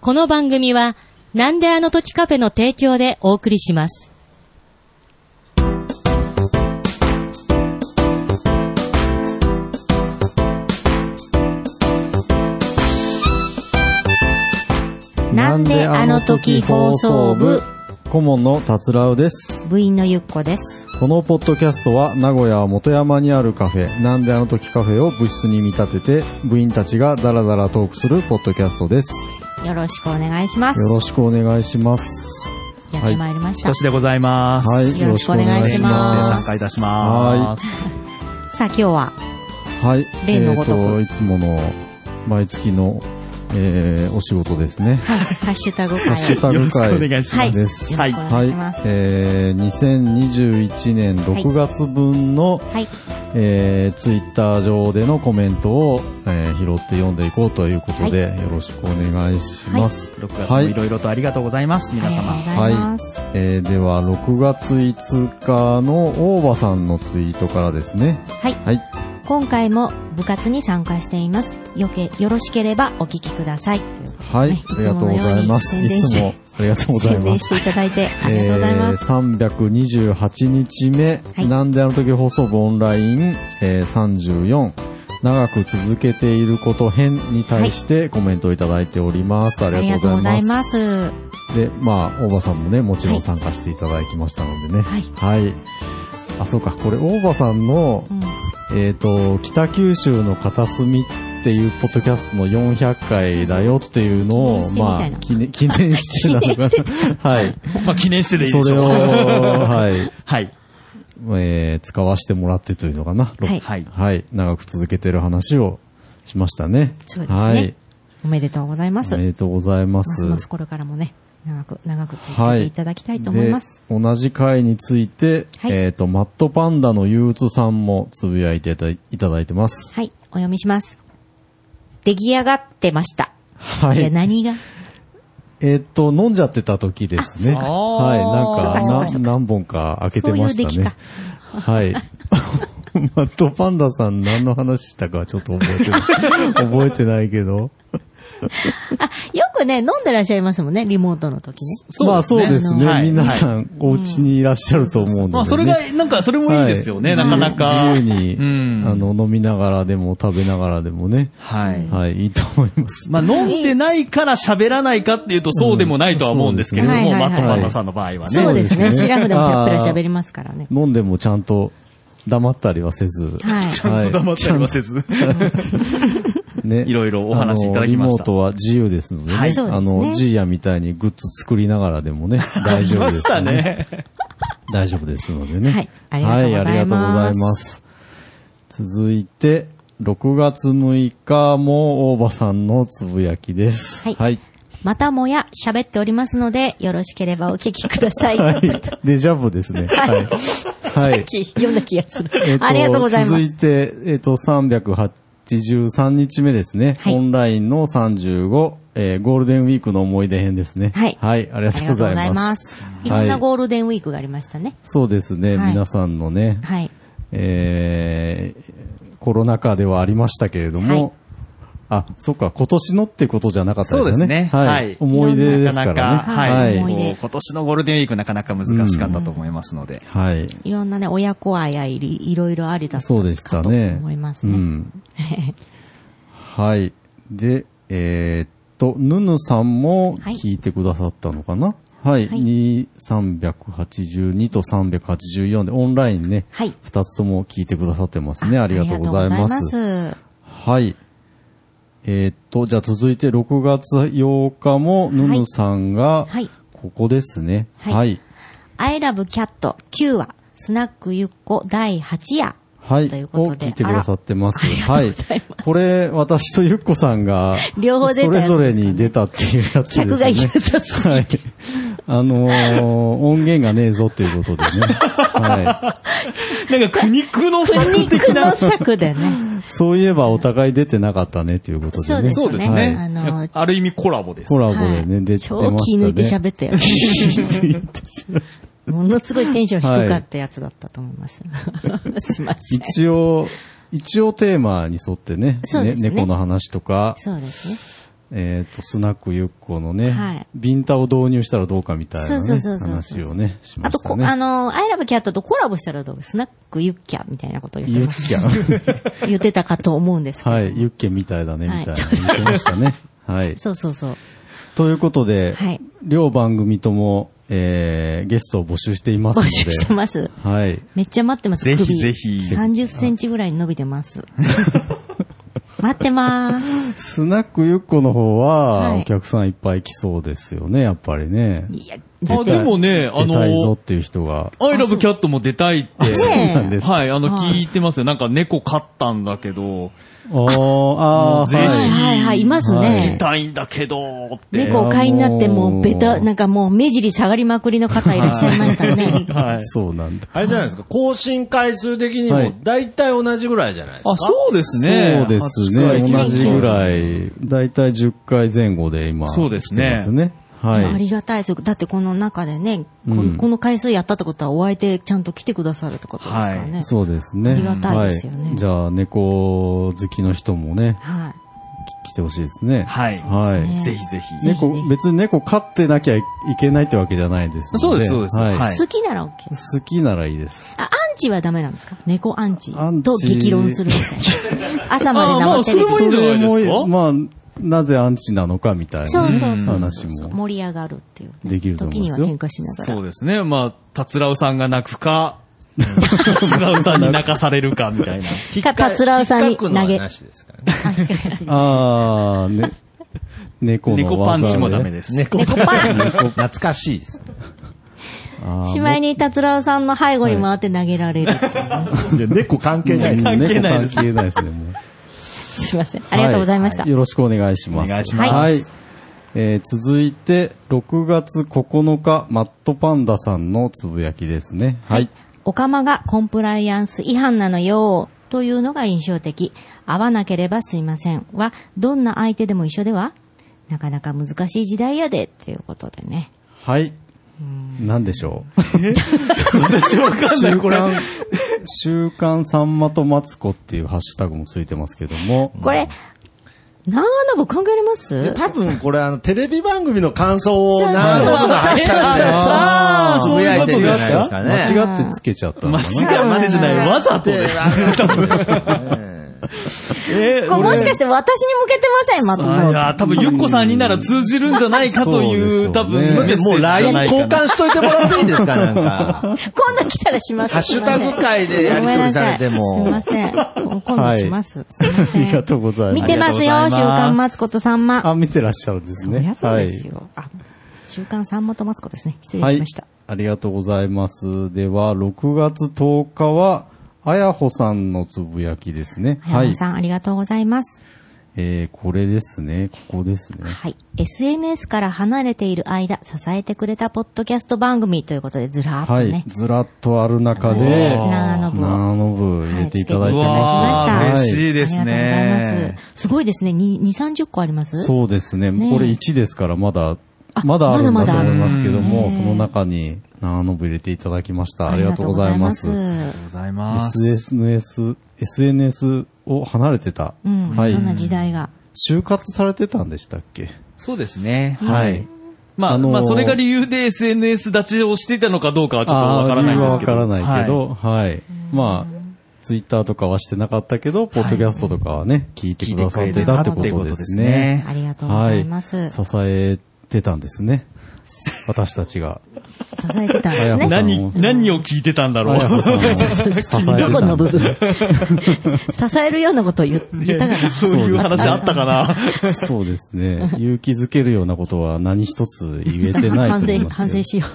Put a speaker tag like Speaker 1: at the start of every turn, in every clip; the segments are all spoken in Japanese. Speaker 1: この番組は、なんであの時カフェの提供でお送りします。なんであの時放送部
Speaker 2: 顧問の達郎です
Speaker 3: 部員のゆっこです。
Speaker 2: このポッドキャストは名古屋元山にあるカフェなんであの時カフェを部室に見立てて部員たちがダラダラトークするポッドキャストです
Speaker 3: よろしくお願いします。
Speaker 2: よろしくお願いします
Speaker 3: やってまいりました。
Speaker 4: 年でございます。
Speaker 2: はい
Speaker 3: よろしくお願いしま
Speaker 4: 参加いたします。
Speaker 3: さあ今日は、
Speaker 2: はい
Speaker 3: 例のごとく
Speaker 2: えーといつもの毎月の、えーお仕事ですね
Speaker 3: はい、ハッシュタグ会
Speaker 2: ハッシュ
Speaker 3: を。
Speaker 2: タ
Speaker 4: よ
Speaker 2: グ
Speaker 4: ろしくお
Speaker 2: 会
Speaker 4: 願いします。
Speaker 3: はい。よろ
Speaker 2: で
Speaker 3: し
Speaker 2: す
Speaker 3: くお願いします。
Speaker 2: えー、2021年6月分の、
Speaker 3: はい。
Speaker 2: えー、ツイッター上でのコメントを、えー拾って読んでいこうということで、よろしくお願いします。
Speaker 4: 6月もいろいろとありがとうございます、
Speaker 3: あ
Speaker 4: 皆
Speaker 3: りがとう
Speaker 4: 様。
Speaker 3: ございます。
Speaker 2: えーでは、6月5日の大場さんのツイートからですね。
Speaker 3: はい。
Speaker 2: はい。
Speaker 3: 今回も部活に参加しています。よけ、よろしければお聞きください。
Speaker 2: はい。
Speaker 3: ね
Speaker 2: ありがとうございます。
Speaker 3: い
Speaker 2: い
Speaker 3: つ
Speaker 2: つ
Speaker 3: も
Speaker 2: もありがとうござ い
Speaker 3: 宣
Speaker 2: ま
Speaker 3: 伝し
Speaker 2: す。
Speaker 3: ていただいて、ありがとうございます。
Speaker 2: えー、328日目、
Speaker 3: はい
Speaker 2: なんであの時放送部オンライン、えー、34、長く続けていること編に対してコメントをいただいております。
Speaker 3: あ
Speaker 2: あ
Speaker 3: り
Speaker 2: りが
Speaker 3: が
Speaker 2: と
Speaker 3: と
Speaker 2: う
Speaker 3: う
Speaker 2: ご
Speaker 3: ご
Speaker 2: ざ
Speaker 3: ざ
Speaker 2: い
Speaker 3: い
Speaker 2: ます
Speaker 3: ま。す。
Speaker 2: で、まあ、大場さんもね、もちろ
Speaker 3: は
Speaker 2: ん
Speaker 3: い
Speaker 2: 参加していただきましたのでね。
Speaker 3: はい
Speaker 2: はい。あ、そうか、これ、大場さんの
Speaker 3: う、ん
Speaker 2: えっ、と、北九州の片隅っていうポッドキャストの400回だよっていうのを、
Speaker 3: そうそう
Speaker 2: まあ、記念、記念してな のかな。 はい。
Speaker 4: まあ、記念してでいいでし
Speaker 2: それを、
Speaker 4: ょう。
Speaker 2: はい。
Speaker 4: はい。
Speaker 2: えー使わせてもらってというのかな。ろ
Speaker 3: はい
Speaker 4: はい。
Speaker 2: はい。長く続けてる話をしましたね。
Speaker 3: そうですね
Speaker 2: はい。
Speaker 3: おめでとうございま
Speaker 2: お
Speaker 3: す。
Speaker 2: めでとうございま
Speaker 3: ます
Speaker 2: す。
Speaker 3: ますこれからもね、長く、長く続けていただきたいと思います。
Speaker 2: で同じ回について、
Speaker 3: はい
Speaker 2: えっ、と、マットパンダの憂鬱さんもつぶやいていただいてます。
Speaker 3: はい。お読みします。出来上がってました。
Speaker 2: はい
Speaker 3: や、
Speaker 2: い。
Speaker 3: 何が
Speaker 2: えっ、と、飲んじゃってた時ですね。
Speaker 4: あそうか
Speaker 2: は
Speaker 4: あ
Speaker 2: い。
Speaker 4: ー
Speaker 2: なん
Speaker 3: そうかそうか
Speaker 2: か
Speaker 3: そう
Speaker 2: な、何本か開けてました
Speaker 3: そ
Speaker 2: ね。
Speaker 3: ういう出来か
Speaker 2: はい。 マットパンダさん何の話したかちょっと覚え てない。覚えてないけど。
Speaker 3: よくね、飲んでらっしゃいますもんね、リモートの時ね。
Speaker 2: まあそうですね。
Speaker 4: はい
Speaker 2: 皆さん、お家にいらっしゃると思うんで、ね。
Speaker 4: まあ、それが、なんか、それもいいですよね、
Speaker 2: は
Speaker 4: なかなか。
Speaker 2: 自由自由に、
Speaker 4: うん
Speaker 2: あの、飲みながらでも食べながらでもね。
Speaker 4: はい。
Speaker 2: はい、いいと思います。
Speaker 4: まあ、飲んでないから喋らないかっていうと、そうでもないとは思うんですけれど
Speaker 3: うん
Speaker 4: も、
Speaker 3: はいはいは
Speaker 4: マ
Speaker 3: い
Speaker 4: ットパンダさんの場合はね。
Speaker 3: そうです
Speaker 2: そう
Speaker 3: ね。
Speaker 2: ですね
Speaker 3: シラフでもペラペラ喋りますからね。
Speaker 2: 飲んでもちゃんと黙ったりはせず。
Speaker 3: はい。
Speaker 4: ちゃんと黙ったりはせず。
Speaker 2: ね。
Speaker 4: いろいろお話いただきまし
Speaker 2: あのリモ
Speaker 4: た
Speaker 2: ートは自由ですのでね。
Speaker 4: はい
Speaker 3: そうですね
Speaker 2: あの、ジーヤみたいにグッズ作りながらでもね、 大丈夫
Speaker 4: ま
Speaker 2: です、
Speaker 4: した。ね。
Speaker 2: 大丈夫ですのでね。
Speaker 3: はいありがとうございます
Speaker 2: はありがとうございます続いて、6月6日も大場さんのつぶやきです。
Speaker 3: はい またもや喋っておりますので、よろしければお聞きください。
Speaker 2: はい。デジャブですね。はい。は
Speaker 3: さっ
Speaker 2: い。
Speaker 3: き読んだ気がする
Speaker 2: え っ。
Speaker 3: ありがとうございま
Speaker 2: 続
Speaker 3: す。
Speaker 2: いて、えっ、と、383日目ですね。
Speaker 3: はい
Speaker 2: オンラインの35、えーゴールデンウィークの思い出編ですね。
Speaker 3: はい
Speaker 2: ありが
Speaker 3: あり
Speaker 2: と
Speaker 3: が
Speaker 2: うご
Speaker 3: とう
Speaker 2: ざ
Speaker 3: ご
Speaker 2: い
Speaker 3: ざい
Speaker 2: ま
Speaker 3: ますす。。いろんなゴールデンウィークがありましたね。
Speaker 2: そうですね、
Speaker 3: はい
Speaker 2: 皆さんのね、
Speaker 3: はい。
Speaker 2: えーコロナ禍ではありましたけれども、
Speaker 3: はい
Speaker 2: あ、そっか、今年のってことじゃなかったですね。
Speaker 4: そうですね
Speaker 2: はい。
Speaker 4: はい
Speaker 2: 思い出です
Speaker 4: な
Speaker 2: か
Speaker 4: からな
Speaker 2: ね。
Speaker 4: か、はい。
Speaker 3: 思
Speaker 2: はいい。
Speaker 3: 出
Speaker 4: もう今年のゴールデンウィークなかなか難しかったと思いますので。
Speaker 2: はい。
Speaker 3: いろんなね、親子愛やいりいろいろありだった
Speaker 2: そうでした
Speaker 3: かと
Speaker 2: ね。
Speaker 3: 思います
Speaker 2: う
Speaker 3: ね。
Speaker 2: ん。はい。で、えーっと、ヌヌさんも
Speaker 3: はい
Speaker 2: 聞いてくださったのかなはい。
Speaker 3: はい
Speaker 2: に382と384で、オンラインね、
Speaker 3: はい。
Speaker 2: 二つとも聞いてくださってますね。ありがとうござ
Speaker 3: あ
Speaker 2: い
Speaker 3: りがとうござ
Speaker 2: ま。
Speaker 3: いますす。
Speaker 2: はい。えーっと、じゃあ続いて6月8日も、ヌヌさんが、
Speaker 3: はい
Speaker 2: ここですね。
Speaker 3: はい
Speaker 2: はい。
Speaker 3: I love cat 9話、スナックゆっこ第8夜。
Speaker 2: はい。
Speaker 3: ということで
Speaker 2: を聞いてくださってます。
Speaker 3: あらあ
Speaker 2: は
Speaker 3: り
Speaker 2: い
Speaker 3: がとうございま。、
Speaker 2: これ、私とゆっこさんが
Speaker 3: 両方出た
Speaker 2: そ
Speaker 3: やつですかね
Speaker 2: れぞれに出たっていうやつですね。
Speaker 3: 客がいるとす
Speaker 2: はい。あのー、音源がねえぞっていうことでね。は
Speaker 4: なんか苦肉の策的
Speaker 3: 苦
Speaker 4: な
Speaker 3: の。策でね。
Speaker 2: い。そういえばお互い出てなかったねっていうことでね。
Speaker 3: そ
Speaker 4: そうう
Speaker 3: で
Speaker 4: ですす
Speaker 3: ね
Speaker 4: ね。
Speaker 3: あ
Speaker 4: あ
Speaker 3: の
Speaker 4: る意味コラボです。
Speaker 2: コラボ
Speaker 3: は
Speaker 2: でね、
Speaker 3: い
Speaker 2: 出てましたね。
Speaker 3: 超気抜いて喋ったよ。 ものすごいテンション低かったやつだったと思います。 すいません。
Speaker 2: 一応、一応テーマに沿ってね、
Speaker 3: そうですね
Speaker 2: 猫の話とか、
Speaker 3: そうですね。
Speaker 2: えっと、スナックゆっこのね、
Speaker 3: はい
Speaker 2: ビンタを導入したらどうかみたいな、
Speaker 3: そう
Speaker 2: ね、
Speaker 3: そうそうそうそう
Speaker 2: 話をね、しま
Speaker 3: あと
Speaker 2: した
Speaker 3: こ、
Speaker 2: ね。
Speaker 3: あの、アイラブキャットとコラボしたらどうスナックユッキャみたいなことを言っ
Speaker 2: ユ
Speaker 3: て
Speaker 2: ッキャン。
Speaker 3: た言ってたかと思うん ですけど。
Speaker 2: はい、ユッケみたいだね、
Speaker 3: はい
Speaker 2: みたいな言ってましたね。はい。
Speaker 3: そうそうそう。
Speaker 2: ということで、
Speaker 3: はい
Speaker 2: 両番組とも、えー、ゲストを募集しています
Speaker 3: 募
Speaker 2: ので。
Speaker 3: 集してます。
Speaker 2: はい。
Speaker 3: めっちゃ待ってます、
Speaker 4: ぜひ
Speaker 3: 首
Speaker 4: ぜひ
Speaker 3: 30センチぐらいに伸びてます。待ってまーす。
Speaker 2: スナックゆっこの方は、
Speaker 3: はい
Speaker 2: お客さんいっぱい来そうですよね、やっぱりね。
Speaker 3: いや、
Speaker 4: あ、でもね、あ
Speaker 2: 出たいぞっ
Speaker 4: の、
Speaker 2: ていう人が。
Speaker 4: アイラブキャットも出たいって。
Speaker 2: あそうなんですか
Speaker 4: はい、あの、
Speaker 3: はい
Speaker 4: 聞いてますよ。なんか猫飼ったんだけど、
Speaker 2: おーあー、
Speaker 4: もうぜ
Speaker 2: は
Speaker 4: ひ
Speaker 2: い
Speaker 3: はいはい、います
Speaker 2: はい
Speaker 4: 来
Speaker 3: ね。
Speaker 4: たいんだけど、って。
Speaker 3: 猫を飼いになってもうベタ、なんかもう目尻下がりまくりの方いらっしゃいましたね。
Speaker 4: はい。
Speaker 2: そうなんだ。
Speaker 5: あれじゃないですか、更新回数的に
Speaker 2: は
Speaker 5: も
Speaker 2: い、
Speaker 5: 大体同じぐらいじゃないですか。
Speaker 4: あ、そうですね。
Speaker 2: そうですね。
Speaker 3: 初回
Speaker 2: 同じぐらい、だいたい10回前後で今、
Speaker 4: そうですね
Speaker 2: 来てますね。はい。
Speaker 3: ありがたいです。だってこの中でね、こ
Speaker 2: うん
Speaker 3: この回数やったってことはお相手ちゃんと来てくださるってことですからね。
Speaker 2: そうですね。
Speaker 3: ありがたいですよね
Speaker 2: はいじゃあ、猫好きの人もね、
Speaker 3: はい。
Speaker 2: き来てほしいですね。
Speaker 4: はい
Speaker 2: はい。
Speaker 3: ね
Speaker 4: ぜひ
Speaker 3: ぜ
Speaker 4: ぜひ。
Speaker 3: ひぜひ
Speaker 2: 猫、別に猫飼ってなきゃいけないってわけじゃないです
Speaker 4: そ
Speaker 2: の
Speaker 4: うです、そうです。
Speaker 2: はい。
Speaker 4: はい。
Speaker 3: 好きなら OK。
Speaker 2: 好きならいいです。
Speaker 3: あ、アンチはダメなんですか猫アンチ
Speaker 2: アンチ
Speaker 3: と激論するみたい な。朝まで
Speaker 4: あま
Speaker 3: 生
Speaker 4: あ
Speaker 3: テレビ
Speaker 4: それいいんじゃないですか
Speaker 2: それもまあ、なぜアンチなのかみたい
Speaker 3: そ
Speaker 2: な
Speaker 3: う
Speaker 2: ね
Speaker 3: そうそう
Speaker 2: 話
Speaker 3: そう。
Speaker 2: も。
Speaker 3: 盛り上がるっていうね、
Speaker 2: できると思い
Speaker 3: 時
Speaker 2: ます
Speaker 3: に
Speaker 2: よ
Speaker 3: は喧嘩しながら。
Speaker 4: そうですね。まあ、達郎さんが泣 くか、達郎さんに泣かされるか、みたいな。
Speaker 5: 引っか
Speaker 3: か達郎さんに投げ
Speaker 5: 引っかくのはなしですからね。
Speaker 2: ああ、ね、猫の
Speaker 4: 猫パ
Speaker 2: 技で
Speaker 4: ンチもダメです。
Speaker 5: 猫パン。懐かしいです。
Speaker 2: あー
Speaker 3: しまいに達郎さんの背後に回って投げられるっていうね、
Speaker 5: 猫関係ない。
Speaker 4: 関係ないです
Speaker 2: 猫関係ないですね。もう
Speaker 3: すいません。ありがとうございました。
Speaker 2: はよろしくお願いします。
Speaker 4: お願いします
Speaker 2: はい。えー続いて、6月9日、マットパンダさんのつぶやきですね。はい。
Speaker 3: オカマがコンプライアンス違反なのよというのが印象的。会わなければすいませんは、どんな相手でも一緒ではなかなか難しい時代やで、っていうことでね。
Speaker 2: はい。なんでしょ
Speaker 4: 私わか
Speaker 2: う。
Speaker 4: んない、これ。
Speaker 2: 刊、週刊さんまとマツコっていうハッシュタグもついてますけども。
Speaker 3: これ、長野部考えられます
Speaker 5: 多分これあの、テレビ番組の感想を
Speaker 3: そう
Speaker 5: 何
Speaker 3: そう
Speaker 5: 度
Speaker 3: そう
Speaker 5: かハッシュタグで
Speaker 4: あーそういうこと
Speaker 5: つぶやいてるんじゃないですかね。
Speaker 2: 間違ってつけちゃったの
Speaker 4: 間
Speaker 2: かな。
Speaker 4: 違いまでじゃない。わざとです。え
Speaker 3: これもしかして私に向けてません、まと
Speaker 4: あいや、多分、ゆっこさんになら通じるんじゃないかとい
Speaker 2: そうで
Speaker 4: う、
Speaker 2: しょ
Speaker 4: 多
Speaker 2: うね
Speaker 4: 分、
Speaker 5: すいませんもう LINE 交換しといてもらっていいですかな んか。
Speaker 3: 今度来たらします。
Speaker 5: ハッシュタグ会でやり取りされても
Speaker 3: ごめんなさ いすいません。もう今度します。すいません
Speaker 2: ありがとうございます。
Speaker 3: 見てますよ、週刊マツコとさんま。
Speaker 2: あ、見てらっしゃるんです
Speaker 3: そり
Speaker 2: ね
Speaker 3: ゃ。そうですよ。あ、週刊さんまとマツコですね。失礼
Speaker 2: はい
Speaker 3: しました。
Speaker 2: ありがとうございます。では、6月10日は、あやほさんのつぶやきですね。
Speaker 3: は。
Speaker 2: はいい。
Speaker 3: さん、ありがとうございます。
Speaker 2: えー、これですね。ここですね。
Speaker 3: はい。SNS から離れている間、支えてくれたポッドキャスト番組ということで、ずらーっと
Speaker 2: は
Speaker 3: ね
Speaker 2: い。。ずらっとある中で、
Speaker 3: 長野部を
Speaker 2: 長野部入れていただいて
Speaker 4: う
Speaker 2: ます。
Speaker 4: わ
Speaker 3: は
Speaker 4: ー、
Speaker 3: い
Speaker 4: 嬉
Speaker 2: はい
Speaker 4: しいです
Speaker 3: ありがとうござい
Speaker 4: ね
Speaker 3: ま。す。すごいですね。2、30個あります
Speaker 2: そうですね。
Speaker 3: ねえ
Speaker 2: これ1ですから、まだ
Speaker 3: あ、
Speaker 2: まだあるん
Speaker 3: ま
Speaker 2: だ
Speaker 3: だ
Speaker 2: と
Speaker 3: まだ
Speaker 2: 思いますけども、
Speaker 3: うん
Speaker 2: その中に長野部入れていただきました。ありがとうございま
Speaker 3: あり
Speaker 2: す。
Speaker 3: がとうございま
Speaker 4: ありがとうございます。
Speaker 2: SNS、SNS を離れてた。
Speaker 3: うん。
Speaker 2: はい
Speaker 3: そんな時代が。
Speaker 2: 就活されてたんでしたっけ
Speaker 4: そうですね。
Speaker 2: はい。
Speaker 4: まあ、
Speaker 2: あのー
Speaker 4: まあ、それが理由で SNS 立ちをしていたのかどうかはちょっとわからないんですけど。
Speaker 2: あー理由はわからないけ
Speaker 4: は
Speaker 2: ど、はい。まあ、ツイッターとかはしてなかったけど、ポッドキャストとかはね、聞いてくださってたってことですね。
Speaker 3: ありがとうございます。
Speaker 2: 支えてたんです ね。私たちが。
Speaker 3: 支えてたんです
Speaker 2: あ
Speaker 3: ね。
Speaker 2: や
Speaker 4: 何
Speaker 2: うん、
Speaker 4: 何を聞いてたんだろ
Speaker 2: あやほ
Speaker 4: う。
Speaker 2: さんを支えてたんです
Speaker 3: どこの部分支えるようなことを言言ったかな。
Speaker 4: そういう話あったかな。
Speaker 2: そうですね。勇気づけるようなことは何一つ言えてないと
Speaker 3: 反
Speaker 2: 思い
Speaker 3: 省、
Speaker 2: ます
Speaker 3: 反
Speaker 2: けど
Speaker 3: 省しよ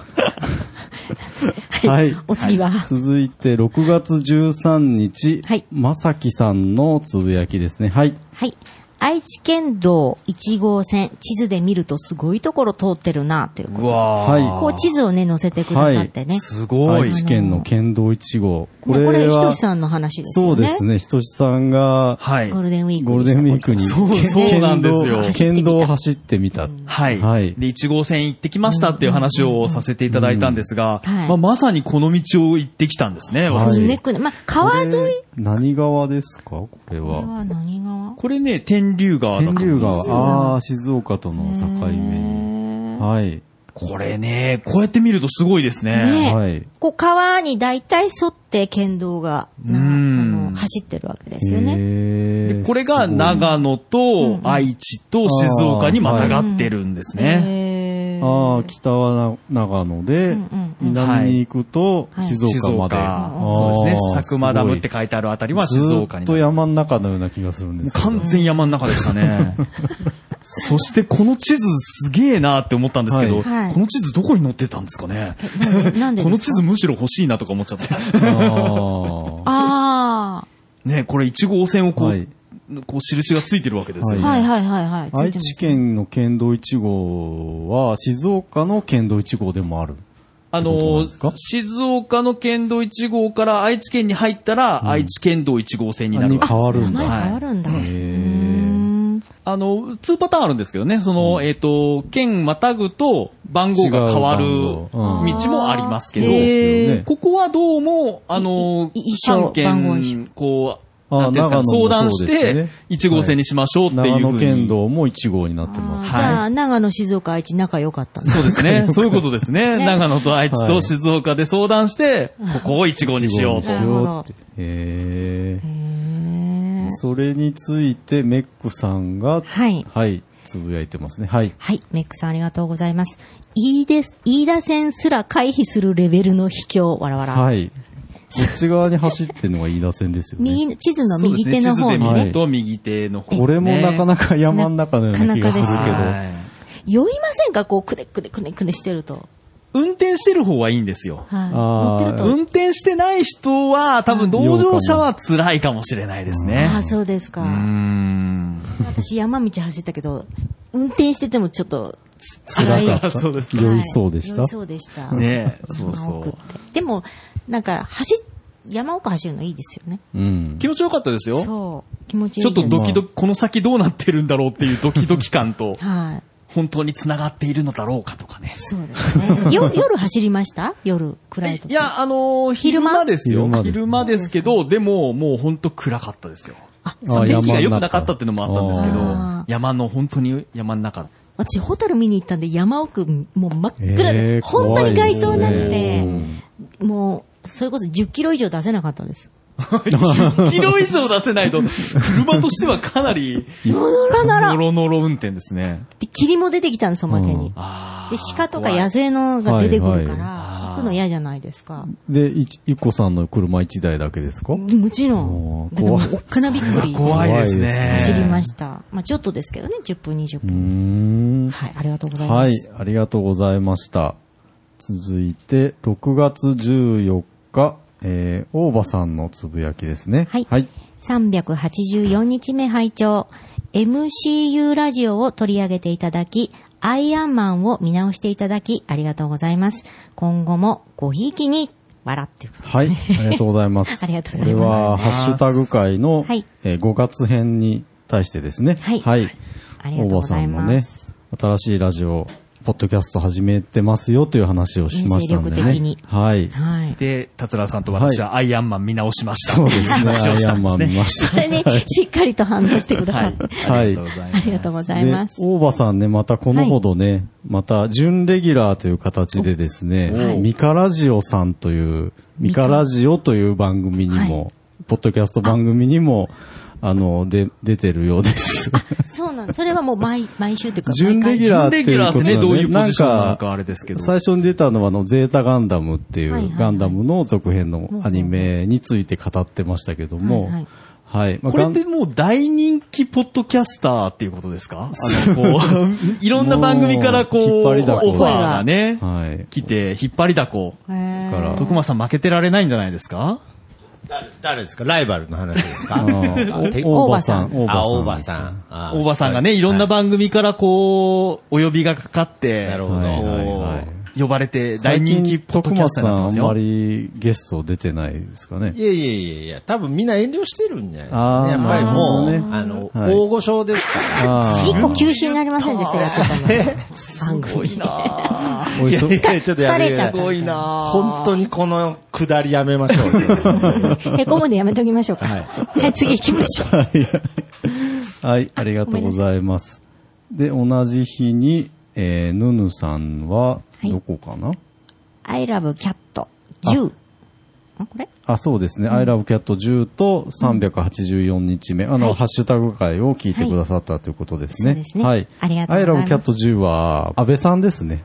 Speaker 3: う。
Speaker 2: はい
Speaker 3: お次は、
Speaker 2: 続いて、6月13日、
Speaker 3: はい
Speaker 2: まさきさんのつぶやきですね。はい。
Speaker 3: はい。愛知県道1号線、地図で見るとすごいところ通ってるな、ということ
Speaker 4: うわ
Speaker 2: はい
Speaker 4: ー
Speaker 3: こう地図をね、載せてくださってね。
Speaker 4: すごい
Speaker 2: 愛。知県の県道1号。
Speaker 3: これ、これ、ひと
Speaker 2: は
Speaker 3: しさんの話です
Speaker 2: そ
Speaker 3: よ
Speaker 2: う
Speaker 3: ね。
Speaker 2: ですね。ひとしさんが、
Speaker 4: はい
Speaker 3: ゴ。ールデンウィーク
Speaker 2: ゴールデンウィークに、
Speaker 4: そうそうなんですよ
Speaker 2: 県道県道を走ってみた。
Speaker 4: はい。
Speaker 2: はい
Speaker 4: で、1号線行ってきましたっていう話をさせていただいたんですが、
Speaker 3: うんはい
Speaker 4: まあ、まさにこの道を行ってきたんですね、
Speaker 3: そう
Speaker 4: 私。
Speaker 3: ですね。ネックねまあ、川沿い
Speaker 2: 何川ですかこれ
Speaker 3: これ
Speaker 2: は。
Speaker 3: は何川
Speaker 4: これね、天竜川だと
Speaker 2: 天
Speaker 4: 思う
Speaker 2: 竜
Speaker 4: んですよ
Speaker 2: 川。ああー、静岡との境目に。
Speaker 3: ね
Speaker 2: はい。
Speaker 4: これね、こうやって見るとすごいですね。
Speaker 3: え。
Speaker 2: はい
Speaker 3: こう川に大体沿って県道が、なあ
Speaker 4: うん
Speaker 3: の走ってるわけですよね。
Speaker 2: ね
Speaker 4: でこれが長野と愛知と静岡にまたがってるんですね。
Speaker 3: ね
Speaker 2: ああ、北はな長野
Speaker 3: うん
Speaker 2: で、
Speaker 3: うんうん
Speaker 2: 南に行くと
Speaker 3: はい
Speaker 2: 静岡まで。
Speaker 4: 静
Speaker 2: あー
Speaker 4: 岡そうですね。佐久間ダムって
Speaker 2: す
Speaker 4: 書いてあるあたり
Speaker 2: ごい
Speaker 4: は静岡になります。
Speaker 2: ずーっと山の中のような気がするんですけど
Speaker 4: 完全山の中でしたね。 そしてこの地図すげえなって思ったんですけ
Speaker 3: は
Speaker 4: ど、
Speaker 3: いはい
Speaker 4: この地図どこに載ってたんですかね
Speaker 3: え。なんで
Speaker 4: この
Speaker 3: で
Speaker 4: 地
Speaker 3: すか
Speaker 4: 図むしろ欲しいなとか思っちゃって。
Speaker 2: あ
Speaker 3: あ
Speaker 4: ね、これ1号線をこう、
Speaker 2: はい
Speaker 4: こう印がついてるわけですよ
Speaker 3: あ。
Speaker 4: ね。
Speaker 3: はいはいはいはい。
Speaker 2: ー愛知県の県道1号は静岡の県道1号でもある。
Speaker 4: あ
Speaker 2: ってことなん
Speaker 4: の
Speaker 2: ですか
Speaker 4: 静岡の県道1号から愛知県に入ったら、愛知県道1号線になるわけです
Speaker 2: 変わ
Speaker 3: ついてます
Speaker 2: るん
Speaker 3: 名
Speaker 2: だ。
Speaker 3: 前変わるんだ。うー
Speaker 2: へえ。
Speaker 3: ん
Speaker 4: あの、2パターンあるんですけどね、その、えっ、と、県またぐと番号が変わる
Speaker 2: 違う番
Speaker 4: 道
Speaker 3: 号うん
Speaker 4: もありますけど、
Speaker 3: へー
Speaker 4: ここはどうも、あの
Speaker 3: いい、一緒
Speaker 4: 3
Speaker 3: 番号一緒
Speaker 4: 件、こう、
Speaker 2: あ
Speaker 4: なんていうんで
Speaker 2: 長野
Speaker 4: すか、
Speaker 2: も
Speaker 4: 相談し
Speaker 2: そうです
Speaker 4: て
Speaker 2: ね、
Speaker 4: 1号線にしましょうっていうふう
Speaker 2: 長
Speaker 4: に。
Speaker 2: 野県道も1号になってます。
Speaker 3: あー
Speaker 4: はい
Speaker 3: じゃあ、長野、静岡、愛知、仲良かったんだ
Speaker 4: そうですね。そういうことですね。
Speaker 3: ね
Speaker 4: 長野と愛知
Speaker 2: は
Speaker 4: と
Speaker 2: い
Speaker 4: 静岡で相談して、ここを1号にしようと
Speaker 2: 1。
Speaker 3: なるほど
Speaker 2: 号にしようってへ
Speaker 3: へ
Speaker 2: え。
Speaker 3: ー
Speaker 2: それについてメックさんが、
Speaker 3: はい
Speaker 2: はい、つぶやいてますね。はい。
Speaker 3: はい、メックさんありがとうございます。いいです。飯田線すら回避するレベルの秘境、わらわら。
Speaker 2: はい。こっち側に走ってるのが飯田線ですよね。
Speaker 3: 右、地図の
Speaker 4: そうで
Speaker 3: 右
Speaker 4: すね。
Speaker 3: 手
Speaker 4: 地
Speaker 3: の
Speaker 4: 図
Speaker 3: 方
Speaker 4: で
Speaker 3: に
Speaker 4: 見
Speaker 2: は
Speaker 3: ね、
Speaker 2: い
Speaker 4: ると右手の方ですね。
Speaker 2: これもなか
Speaker 4: か
Speaker 2: なか山の中のような気がする
Speaker 3: なかなか
Speaker 2: け
Speaker 3: 酔いませんかこう、くねくねくねくねしてると。
Speaker 4: 運転してる方はいいんですよ。
Speaker 3: はい。乗
Speaker 2: あ
Speaker 3: っ
Speaker 2: ー
Speaker 3: てると。
Speaker 4: 運転してない人は、多分同乗者は辛いかもしれないですね。
Speaker 3: ああ、そうです
Speaker 4: うー
Speaker 3: か。
Speaker 4: ん。
Speaker 3: 私、山道走ったけど、運転しててもちょっと、辛い。
Speaker 4: あそうです
Speaker 2: ど。
Speaker 4: ね。
Speaker 2: 酔いそうでし
Speaker 3: はい酔
Speaker 2: た
Speaker 3: い。そうでした。
Speaker 4: ねそう
Speaker 3: 山奥っ
Speaker 4: そ
Speaker 3: て
Speaker 4: う。。
Speaker 3: でも、なんか、走っ、山奥走るのいいですよね。
Speaker 2: うん
Speaker 4: 気。持ちよかったですよ。
Speaker 3: そう。気持ちいい
Speaker 4: ちょっと
Speaker 3: です、
Speaker 4: ドキドキ、この先どうなってるんだろうっていうドキドキ感と
Speaker 3: はい。
Speaker 4: 本当に繋がっているのだろうかとかね。
Speaker 3: そうですね。よ夜走りました夜、暗いと
Speaker 4: いや、あのー昼間ですよ。
Speaker 2: 昼
Speaker 4: 昼
Speaker 2: 間
Speaker 4: 間
Speaker 2: です
Speaker 4: ですけど、でも、もう本当暗かったですよ。
Speaker 3: あ、
Speaker 2: あ
Speaker 4: 天気
Speaker 2: 山
Speaker 4: が
Speaker 2: の
Speaker 4: 良く
Speaker 2: 中
Speaker 4: なかったっていうのもあったんですけ
Speaker 3: あ
Speaker 4: ど
Speaker 3: ー、
Speaker 4: 山の、本当に山の中。
Speaker 3: 私、ホタル見に行ったんで、山奥、もう真っ暗で、
Speaker 2: えー
Speaker 3: 本当に街灯なく
Speaker 2: 怖いです
Speaker 3: て、
Speaker 2: ね
Speaker 3: もう、それこそ10キロ以上出せなかったんです。
Speaker 4: 10キロ以上出せないと、車としてはかなり、
Speaker 3: のらなら
Speaker 4: ノロノロ運転ですね。
Speaker 3: で、霧も出てきたんです、おまけに。
Speaker 4: あー
Speaker 3: で、鹿とか野生のが出てくるか
Speaker 2: はい
Speaker 3: ら、
Speaker 4: はい
Speaker 3: 引くの嫌じゃないですか。
Speaker 2: で、いちゆっこさんの車1台だけですか
Speaker 3: もちろ
Speaker 2: お
Speaker 3: ん。
Speaker 2: ー
Speaker 3: だからも、
Speaker 2: 怖いう
Speaker 3: おっかなびっくり。
Speaker 4: 怖いです
Speaker 2: 怖いですね
Speaker 4: ね。
Speaker 3: 走りま
Speaker 4: し
Speaker 3: した。まあちょっとですけどね、10分、20
Speaker 2: うー
Speaker 3: 分。
Speaker 2: ん。
Speaker 3: はい、ありがとうございま
Speaker 2: はい
Speaker 3: す。、
Speaker 2: ありがとうございました。続いて、6月14日、えー、大場さんのつぶやきですね。
Speaker 3: はい
Speaker 2: はい。
Speaker 3: 384日目拝聴 MCU ラジオを取り上げていただき、アイアンマンを見直していただき、ありがとうございます。今後もごひいきに、笑ってくださ
Speaker 2: はい、ありがとうございま す。
Speaker 3: ありがとうご
Speaker 2: こ
Speaker 3: ざ
Speaker 2: れ
Speaker 3: います
Speaker 2: は、ハッシュタグ会の、
Speaker 3: はい
Speaker 2: えー5月編に対してですね。
Speaker 3: はい
Speaker 2: はい。
Speaker 3: ありがとうございます
Speaker 2: 大場さんもね、新しいラジオ、ポッドキャスト始めてますよという話をしましたんでね。
Speaker 3: 精力的に
Speaker 2: はい。
Speaker 3: い。はい。
Speaker 4: で、達郎さんと私はアイアンマン 見直しました。
Speaker 2: そうですね。
Speaker 4: 話を
Speaker 2: ア
Speaker 4: し
Speaker 2: イ
Speaker 4: た
Speaker 2: ア
Speaker 4: ん
Speaker 2: ンマ
Speaker 4: です
Speaker 2: ン見
Speaker 4: ね。
Speaker 2: ました。
Speaker 3: それに、しっかりと反応 してくださって、
Speaker 4: はい。ありがとうございま
Speaker 3: あ
Speaker 4: す。
Speaker 3: りがとうございます
Speaker 2: で。大場さんね、またこのほどね、また、準レギュラーという形でですね、ミカラジオさんという、ミカラジオという番組にも、ポッドキャスト番組にも、あの、で、出てるようです。
Speaker 3: そうなんそれはもう毎、毎週というか、
Speaker 2: 準レギ
Speaker 3: 毎
Speaker 2: ュラー
Speaker 4: 準レギュラーってね、
Speaker 2: っていうこと
Speaker 4: ど
Speaker 2: は
Speaker 4: う
Speaker 2: ね
Speaker 4: いうポジションな
Speaker 2: なんか
Speaker 4: のかあれですけど。
Speaker 2: 最初に出たのは、あの、ゼータガンダムってい
Speaker 3: はいはいうはい
Speaker 2: ガンダムの続編のアニメについて語ってましたけども
Speaker 3: はいはい、
Speaker 2: はい。まあ
Speaker 4: これってもう大人気ポッドキャスターっていうことですかあの、こ う、いろんな番組からこう、
Speaker 2: もう引っ張りだこ
Speaker 4: オファーがね、
Speaker 2: ガンはい。
Speaker 4: 来て、引っ張りだこ。
Speaker 3: へー
Speaker 2: から
Speaker 4: 徳間さん負けてられないんじゃないですか
Speaker 5: 誰誰ですかライバルの話です
Speaker 2: あ
Speaker 5: か
Speaker 2: ー
Speaker 5: て
Speaker 2: お大場さん、
Speaker 5: あ、大
Speaker 2: 大場
Speaker 5: 場
Speaker 2: さん。
Speaker 5: さん。あー
Speaker 4: 大場さんがね、いろんな番組からこう、お呼びがかかって、
Speaker 5: なるほど
Speaker 4: こう
Speaker 5: はい
Speaker 2: はいはい
Speaker 4: 呼ばれて大
Speaker 2: 最
Speaker 4: 人気
Speaker 2: 近、
Speaker 4: ポッド
Speaker 2: 徳
Speaker 4: キャ
Speaker 2: 松
Speaker 4: スター
Speaker 2: さ
Speaker 4: になんっ
Speaker 2: あんま
Speaker 4: てま
Speaker 2: す
Speaker 4: よ。
Speaker 2: りゲスト出てないですかね
Speaker 5: い。やいやいやいや、多分みんな遠慮してるんじゃないですかね。
Speaker 2: あー
Speaker 5: やっぱりもう、
Speaker 2: なるほどね
Speaker 5: あの、
Speaker 2: はい
Speaker 5: 大御所ですから。
Speaker 2: あ
Speaker 3: 一個休止になりませんでした、やってたの。番
Speaker 4: すご
Speaker 3: 組
Speaker 4: い。なぁ。
Speaker 2: おいそ
Speaker 5: いやいやちょっとやめて
Speaker 3: 疲れ
Speaker 5: く
Speaker 3: ちゃった
Speaker 5: ださい。
Speaker 4: すごいなぁ。
Speaker 5: 本当にこの下りやめましょう。
Speaker 3: へこむんでやめときましょうか。
Speaker 5: は
Speaker 3: はい、次行きましょう。
Speaker 2: はいはい、ありがとうございます。で、同じ日に、えー、ヌヌさんは、
Speaker 3: い
Speaker 2: どこかな、
Speaker 3: I love cat 10。あ、これ
Speaker 2: あ、そうですね。I love cat 10と384日目。あの、
Speaker 3: はい
Speaker 2: ハッシュタグ会を聞いてくださったということです
Speaker 3: は
Speaker 2: ね。
Speaker 3: いそうですね
Speaker 2: はい。
Speaker 3: ありがとうございます
Speaker 2: I love cat 10は、安倍さんですね。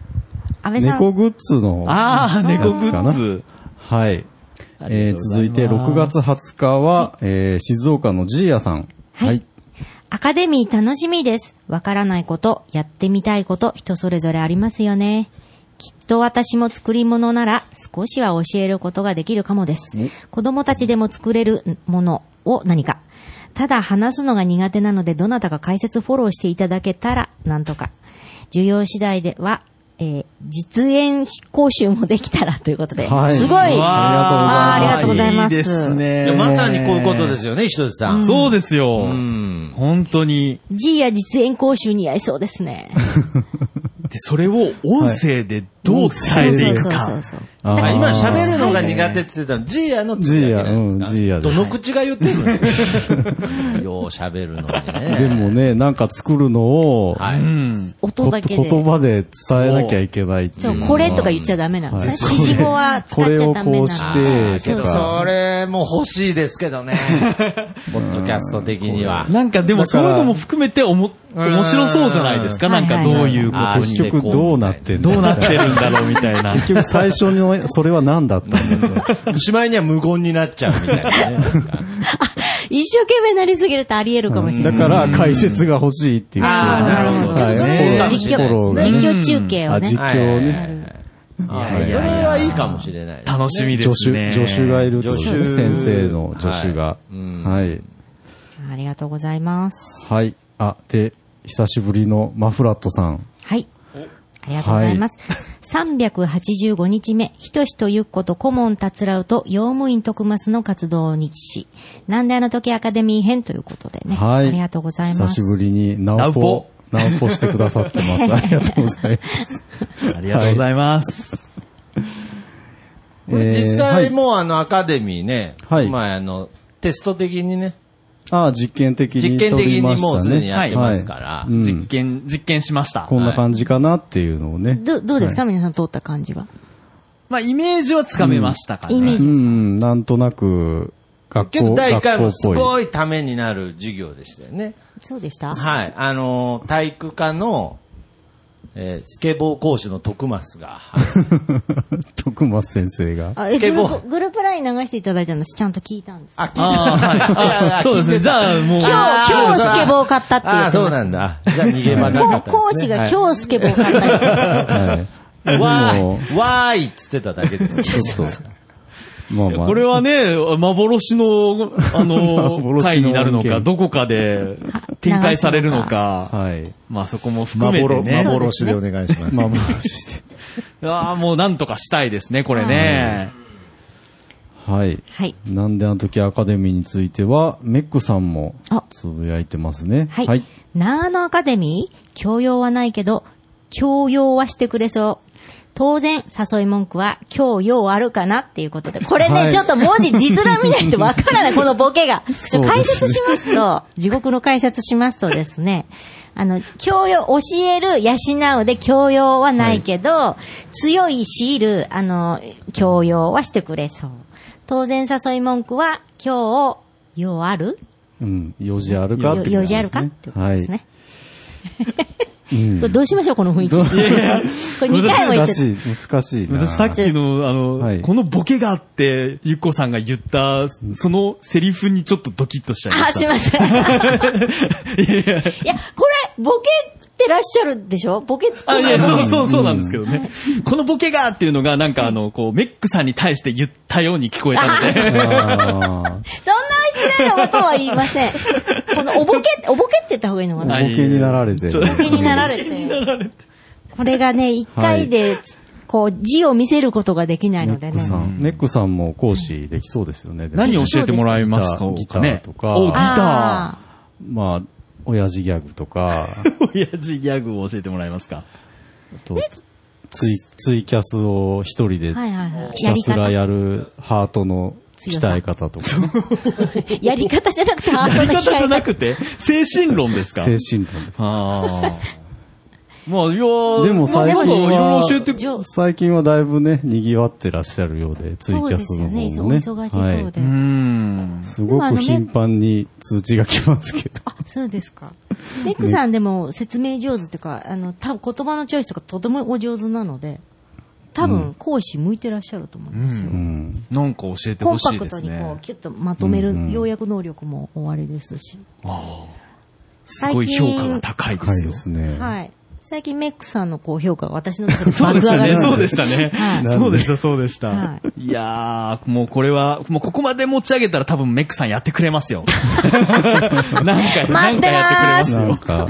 Speaker 3: 安倍さん。
Speaker 2: 猫グッズの。
Speaker 4: あー、猫グッズ。
Speaker 2: はい。えー
Speaker 4: ありがとうございます
Speaker 2: 続いて6月20日は、えー静岡のジーヤさん。
Speaker 3: はい。アカデミー楽しみです。わからないこと、やってみたいこと、人それぞれありますよね。きっと私も作り物なら少しは教えることができるかもです。子供たちでも作れるものを何か。ただ話すのが苦手なので、どなたか解説フォローしていただけたら、なんとか。需要次第では、えー実演講習もできたらということで。
Speaker 2: はい
Speaker 3: すごい。
Speaker 2: あり
Speaker 3: わーありがとうございます
Speaker 4: いいです
Speaker 5: い
Speaker 4: ね
Speaker 5: や。まさにこういうことですよね、ひとつさん。
Speaker 4: そうですよ。
Speaker 5: ん
Speaker 4: 本当に。
Speaker 3: G や実演講習に合いそうですね。
Speaker 4: で、それを音声でどう伝えていく
Speaker 3: そうそう
Speaker 4: か。
Speaker 3: そうそう。
Speaker 2: あ
Speaker 5: あ
Speaker 2: ー
Speaker 5: 今喋るのが苦手って言ってたの、ジーヤの
Speaker 2: ジーヤ、
Speaker 5: だけなんです
Speaker 2: うん、
Speaker 5: か
Speaker 2: ジーヤで
Speaker 5: ど
Speaker 2: す。
Speaker 5: の口が言ってる のよう喋るのにね。
Speaker 2: でもね、なんか作るのを、
Speaker 5: は
Speaker 4: う
Speaker 5: い。
Speaker 4: ん。
Speaker 3: 音
Speaker 2: こ
Speaker 3: だけで。
Speaker 2: 言葉で伝えなきゃいけないってい
Speaker 3: そうう、
Speaker 2: のは。
Speaker 3: これとか言っちゃダメなんですね。
Speaker 2: はい
Speaker 3: 指示語は使っちゃダメなんで。
Speaker 2: こ
Speaker 5: あ
Speaker 2: れを
Speaker 5: ー
Speaker 2: こうして
Speaker 5: け
Speaker 3: そう
Speaker 5: ど
Speaker 3: そうそう
Speaker 5: それも欲しいですけ どね。ポッドキャスト的には。
Speaker 4: なんかでも
Speaker 2: だか
Speaker 4: そう
Speaker 2: ら
Speaker 4: いうのも含めておも、面白そうじゃないですか。
Speaker 3: うん
Speaker 4: なんかどういうこ
Speaker 5: はいはいはい
Speaker 4: と
Speaker 2: 結
Speaker 4: に。
Speaker 2: 局どうなってんだ
Speaker 4: どうなってるんだろうみたいな。
Speaker 2: 結局最初の、それは何だったんだろう
Speaker 5: しまいには無言になっちゃうみたいなね。なんか
Speaker 3: 一生懸命なりすぎるとあり得るかもしれ
Speaker 2: だ
Speaker 3: ない。
Speaker 2: から解説が欲しいっていう。
Speaker 5: あーなるほど
Speaker 2: はい
Speaker 5: それ
Speaker 2: はい
Speaker 3: 実
Speaker 5: なる
Speaker 3: 況、
Speaker 2: 心
Speaker 5: ほど
Speaker 2: がね
Speaker 3: 実況中継を
Speaker 2: あ
Speaker 3: ね。
Speaker 2: 実況ね
Speaker 5: はいはい
Speaker 2: いやいや
Speaker 5: はいあ
Speaker 2: い
Speaker 5: そ
Speaker 2: や
Speaker 5: れはいいかもしれない。
Speaker 4: 楽しみで
Speaker 2: 助
Speaker 4: す
Speaker 2: 手、
Speaker 4: ね。
Speaker 2: 助手がいるってこと
Speaker 5: 助手
Speaker 2: ですね。先生の助手が
Speaker 5: は。いうん
Speaker 2: はい。
Speaker 3: ありがとうございます。
Speaker 2: はい。あ、で、久しぶりのマフラットさん。
Speaker 3: はい。ありがとうございます。385日目、ひとしとゆっこと顧問たつらうと、用務員徳増の活動日誌。なんであの時アカデミー編ということでね。
Speaker 2: はい。
Speaker 3: ありがとうございます。
Speaker 2: 久しぶりにナウポ、ナウポしてくださっ てます。ありがとうござい ます。
Speaker 4: ありがとうございます。
Speaker 5: これ実際もうあのアカデミーね、
Speaker 2: はい
Speaker 5: まああの、テスト的にね、
Speaker 2: ああ、実験的に
Speaker 5: 実験
Speaker 2: 撮
Speaker 5: 的
Speaker 2: り
Speaker 5: に
Speaker 2: ましたね。
Speaker 5: もうすでにやってますから、
Speaker 2: はいうん
Speaker 4: 実験、実験しました。
Speaker 2: こんな感じかなっていうのをね。
Speaker 3: ど、どうですか、皆さん通った感じは。
Speaker 4: まあ、イメージはつかめましたか
Speaker 3: イメー
Speaker 4: ね。
Speaker 2: う
Speaker 3: ジ。
Speaker 2: ん、なんとなく、学
Speaker 5: 結
Speaker 2: 校、
Speaker 5: 構第1回も
Speaker 2: 学
Speaker 5: す
Speaker 2: 校っぽい。
Speaker 5: ごいためになる授業でしたよね。
Speaker 3: そうでした
Speaker 5: はい。あのー、体育科の、えースケボー講師の徳増が、
Speaker 2: 徳松先 生が。
Speaker 3: あ
Speaker 5: スケボ
Speaker 3: グル
Speaker 5: ー
Speaker 3: ープグループライン流していただいたのちゃんと聞いたんです。
Speaker 5: あ、聞いた
Speaker 4: あ ーはいあそうですね。じゃあも
Speaker 3: 今
Speaker 4: う、
Speaker 3: 日、今日スケボーを買ったって言
Speaker 5: あ
Speaker 3: っ
Speaker 5: あ、
Speaker 3: て
Speaker 5: そ
Speaker 3: まし
Speaker 5: う
Speaker 3: た。
Speaker 5: なんだ。じゃあ逃げ場なかったです、ね。
Speaker 3: 講師が
Speaker 5: は
Speaker 3: 今日スケボーを買ったって言ってました
Speaker 5: い、わ
Speaker 2: でも
Speaker 5: ーい、わーいっつってただけですよ。
Speaker 2: ちょっと、まあまあ。
Speaker 4: これはね、幻の、あの、
Speaker 2: 幻の
Speaker 4: 回になるのか、
Speaker 2: 案件
Speaker 4: どこかで展開されるのか、
Speaker 2: はい。
Speaker 4: まあそこも含めてね。
Speaker 5: 幻でお願いしま
Speaker 2: まあま あして。
Speaker 4: ああ、もうなんとかしたいですね、これね。
Speaker 2: はい。
Speaker 3: はい。
Speaker 2: なんであの時アカデミーについては、メックさんも
Speaker 3: あ
Speaker 2: つぶやいてますね。
Speaker 3: はい。長野アカデミー教養はないけど、教養はしてくれそう。当然、誘い文句は、教養あるかなっていうことで。これね、
Speaker 2: はい
Speaker 3: ちょっと文字字面見ないとわからない、このボケが。ち
Speaker 2: そ
Speaker 3: ょ
Speaker 2: うですね
Speaker 3: 解説しますと、地獄の解説しますとですね、あの、教養、教える、養うで教養はないけど、強い強いる、あの、教養はしてくれそう。当然誘い文句は、今日、用ある
Speaker 2: うん。用事あるかってことですね
Speaker 3: 用事あるかってことですね。。
Speaker 2: うん
Speaker 3: これどうしましょう、この雰囲気。
Speaker 2: どう
Speaker 3: これ2回も言っ
Speaker 2: 難
Speaker 3: ちゃっ
Speaker 2: しい、難しいな。
Speaker 4: 私さっきの、あの、
Speaker 2: はい
Speaker 4: このボケがあって、ゆっこさんが言った、そのセリフにちょっとドキッとしちゃい
Speaker 3: た。
Speaker 4: ま
Speaker 3: あ、すい
Speaker 4: し
Speaker 3: ません。 い
Speaker 4: た。いやいや
Speaker 3: や、これ、ボケってらっしゃるでしょボケつく
Speaker 4: あ、いや、そうそうそうなんですけどね。このボケがっていうのが、なんかあの、こう、メックさんに対して言ったように聞こえたので。
Speaker 2: あ
Speaker 3: そんな失礼なことは言いません。この、おぼけ、おぼけって言った方がいいのかな
Speaker 2: あ、ボケになられて
Speaker 4: ちょ
Speaker 2: る。
Speaker 3: ボケになられて。これがね、一回で、こう、字を見せることができないので
Speaker 2: ネック
Speaker 3: ね。
Speaker 2: さん、ネックさんも講師できそうですよね。でも
Speaker 4: 何教えてもらいますか
Speaker 2: ギターとか
Speaker 4: お、ギタ
Speaker 3: あ
Speaker 2: まあ、親父ギャグとか、
Speaker 4: ー。 親父ギャグを教えてもらえますか
Speaker 2: あとツイ、ツイキャスを一人で
Speaker 3: はいはいはい。
Speaker 2: ひたすらやるハートの
Speaker 3: 強さ
Speaker 2: 鍛え方とか、
Speaker 3: やり方じゃなくて、あ、
Speaker 4: や
Speaker 3: そ
Speaker 4: り
Speaker 3: んな
Speaker 4: 方
Speaker 3: 機
Speaker 4: じゃ
Speaker 3: 会
Speaker 4: なくて、精神論ですか
Speaker 2: 精神論です。
Speaker 4: ああ。もう、いやー
Speaker 2: でも最近
Speaker 4: なんかいろいろ教えて
Speaker 3: 上手
Speaker 2: 最近はだいぶね、�賑わってらっしゃるようで、ツイキャスの方もね。
Speaker 3: そうですよね。忙しそうで。
Speaker 2: は
Speaker 4: うん
Speaker 2: い。。すご
Speaker 3: でもあの
Speaker 2: く
Speaker 3: ね
Speaker 2: 頻繁に通知が来ますけど。
Speaker 3: あ、そうです か。ネックさんでも説明上手とか、あの、多分言葉のチョイスとかとてもお上手なので、多分講師向いてらっしゃると思いますよ。
Speaker 2: うん。
Speaker 4: なんか教えて
Speaker 3: コ
Speaker 4: ほ
Speaker 3: ン
Speaker 4: し
Speaker 3: パ
Speaker 4: い
Speaker 3: ク
Speaker 4: で
Speaker 3: ト
Speaker 4: す
Speaker 3: にこ
Speaker 4: ね
Speaker 3: う、。キュッとまとめる、
Speaker 2: うんうん
Speaker 3: 要約能力も終わりですし。
Speaker 4: すごい評価が高いで
Speaker 2: はい
Speaker 4: す
Speaker 2: で
Speaker 4: よ。
Speaker 2: すね。
Speaker 3: はい。最近メックさんのこう評価が私の中で
Speaker 4: そう
Speaker 3: 爆
Speaker 4: で
Speaker 3: 上
Speaker 4: し
Speaker 3: が
Speaker 4: た
Speaker 3: り
Speaker 4: ね、
Speaker 3: なの
Speaker 4: そうでしたね
Speaker 3: はい。
Speaker 4: そうでした、そうでした。、
Speaker 3: はい
Speaker 4: やー、もうこれは、もうここまで持ち上げたら多分メックさんやってくれま すよ。なんか、なんかやってくれ
Speaker 2: なん
Speaker 4: ますよ。
Speaker 2: か、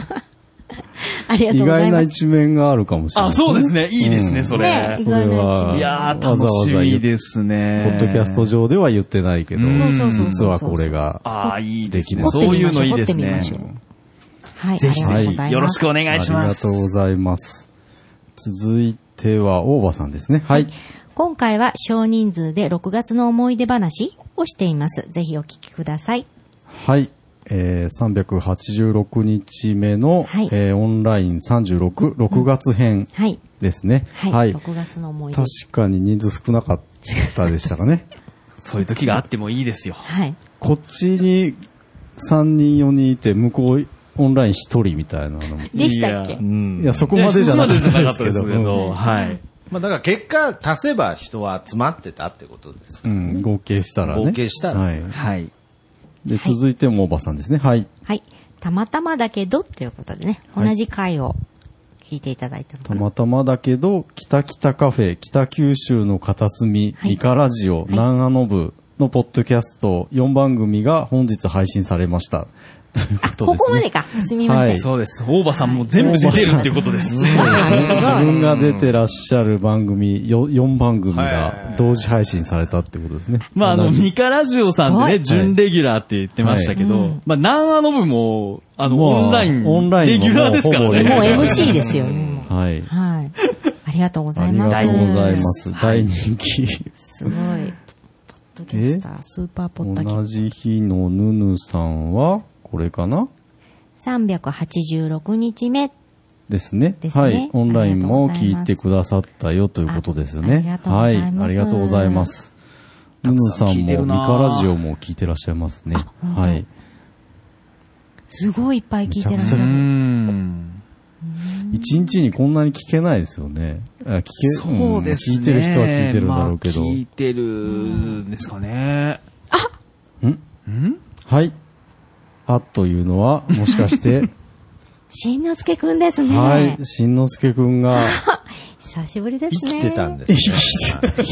Speaker 3: ありが
Speaker 2: 意
Speaker 3: とうござ
Speaker 2: 外
Speaker 3: い
Speaker 2: な
Speaker 3: ます。
Speaker 2: 一面があるかもしれない。
Speaker 4: あ、そうですね。いいですね、
Speaker 2: うん
Speaker 4: それ。
Speaker 3: ね
Speaker 2: これは、
Speaker 4: いやー、楽しみです
Speaker 2: ポ
Speaker 4: ね。
Speaker 2: ッドキャスト上では言ってないけど、
Speaker 4: うん
Speaker 3: そうそうそうそう
Speaker 2: 実はこれが。
Speaker 4: ああ、いいですね。
Speaker 2: 掘って
Speaker 4: そう
Speaker 2: み
Speaker 4: いう
Speaker 3: ましょう
Speaker 4: のいいです
Speaker 3: 掘ってみ
Speaker 4: ね
Speaker 3: ましょ。うはい。
Speaker 4: ぜひぜ
Speaker 3: ありがとうご
Speaker 4: ひ、
Speaker 3: ざいます。
Speaker 4: よろしくお願いします
Speaker 2: ありが。とうございます。続いては、大場さんですね。はい。
Speaker 3: 今回は少人数で6月の思い出話をしています。ぜひお聞きください。
Speaker 2: はい。えー、386日目の、
Speaker 3: はい
Speaker 2: えーオンライン36、6月編
Speaker 3: はい。
Speaker 2: ですね。
Speaker 3: はい。6月の思い出。
Speaker 2: 確かに人数少なかったでしたかね。
Speaker 4: そういう時があってもいいですよ。
Speaker 3: はい。
Speaker 2: こっちに3人4人いて、向こうオンライン1人みたいなのも。
Speaker 3: でしたっけ
Speaker 4: いや
Speaker 5: うん
Speaker 2: いや、そこまでじゃなかったですけ
Speaker 4: いやそ
Speaker 2: ど。
Speaker 4: こまでじゃなかったですけどはい。
Speaker 5: まあだから結果足せば人は集まってたってことですよ。
Speaker 2: うん、合計したらね。
Speaker 5: 合計したら
Speaker 2: はい。
Speaker 4: はい。
Speaker 2: で、続いてもおばさんですね。はい。
Speaker 3: はい。たまたまだけどということでね、
Speaker 2: はい
Speaker 3: 同じ回を聞いていただいたの
Speaker 2: た
Speaker 3: かな。
Speaker 2: またまだけど、北北カフェ、北九州の片隅、
Speaker 3: はい
Speaker 2: ミカラジオ、長野部のポッドキャスト4番組が本日配信されました。ということですね。
Speaker 3: ここまでか。すみません。
Speaker 4: そうです。大場さんも全部出てるっていうこと です。
Speaker 2: 自分が出てらっしゃる番組、よ4番組が同時配信されたってことですね。
Speaker 4: まあ、あの、
Speaker 2: 同じ
Speaker 4: ミカラジオさん
Speaker 3: は
Speaker 4: で
Speaker 3: い
Speaker 4: ね、準レギュラーって言ってましたけ
Speaker 3: は
Speaker 4: ど
Speaker 3: い、
Speaker 4: まあ、南アノブも、あの、
Speaker 2: まあ
Speaker 4: オンライン、
Speaker 2: オンライ
Speaker 4: レ
Speaker 2: ンも
Speaker 4: ギュラーですから
Speaker 2: ほぼレギュ
Speaker 3: もう
Speaker 2: ラ
Speaker 4: ね。
Speaker 3: MC ですよ、ね。もう
Speaker 2: はい。
Speaker 3: はい。ありがとうござ
Speaker 2: あ
Speaker 3: い
Speaker 2: り
Speaker 3: ます。
Speaker 2: がとうございます。大人気。
Speaker 3: すごい。ポッドキャスター、スーパーポッドキャ
Speaker 2: 同じ日のヌヌさんは、これかな
Speaker 3: スター。386日目。
Speaker 2: ですね。
Speaker 3: ですね
Speaker 2: はい。オンラインも聞いてくださったよということですね。
Speaker 3: ああ
Speaker 2: は
Speaker 3: り
Speaker 2: い。
Speaker 3: がとうございます
Speaker 2: ありがとうございます。ヌヌさんも、
Speaker 4: 聞いて
Speaker 2: ミ
Speaker 4: るな
Speaker 2: カラジオも聞いてらっしゃいますね。はい。
Speaker 3: すごいいっぱい聞いてらっしゃ
Speaker 4: うー
Speaker 3: る。
Speaker 4: ん。
Speaker 2: 一日にこんなに聞けないですよね。あ聞け、
Speaker 4: そうですね。
Speaker 2: ん聞いてる人は聞いてるんだろうけど。
Speaker 4: まあ聞いてるんですかね。
Speaker 2: はい。あというのは、もし かして、
Speaker 3: しんのすけくんですね。
Speaker 2: はい、しんのすけくんが、
Speaker 3: 久しぶりです
Speaker 5: 生
Speaker 3: ね。
Speaker 5: きてた んですね。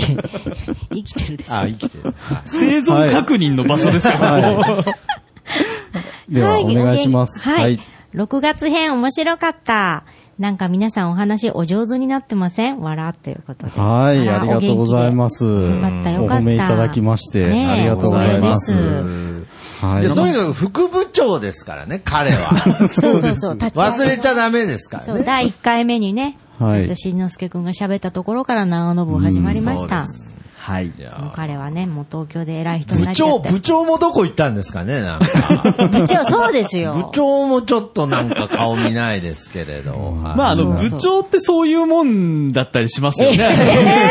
Speaker 3: 生きてるでしょ。
Speaker 5: あ、生きてる。
Speaker 4: 生存確認の場所ですよ。
Speaker 2: はい。では、お願いします。
Speaker 3: はい。6月編面白かった。なんか皆さんお話お上手になってません笑っていうことで。
Speaker 2: はい、
Speaker 3: ら
Speaker 2: ありがとうございます。
Speaker 3: お元気でよかったよ
Speaker 2: お
Speaker 3: かった。
Speaker 2: 褒めいただきまして、
Speaker 3: ねえ
Speaker 2: ありがとうございます。
Speaker 3: 光栄
Speaker 2: はいい。
Speaker 5: や、とにかく副部長ですからね、彼は。
Speaker 3: ですそうそうそう、立ち上が
Speaker 5: 忘れちゃダメですから
Speaker 3: そう、
Speaker 5: ね。
Speaker 3: 第1回目にね、
Speaker 2: はい
Speaker 3: 私としんのすけくんが喋ったところから長野部始まりました。
Speaker 4: はい。
Speaker 5: いや
Speaker 3: もう彼はね、もう東京で偉い人にな
Speaker 5: 部
Speaker 3: っちゃ
Speaker 5: 長、
Speaker 3: って。
Speaker 5: 部長もどこ行ったんですかね、なんか。
Speaker 3: 長、部長、そうですよ。
Speaker 5: 部長もちょっとなんか顔見ないですけれど。はい
Speaker 4: まあ、あの、
Speaker 3: そう
Speaker 4: 部長ってそういうもんだったりしますよね。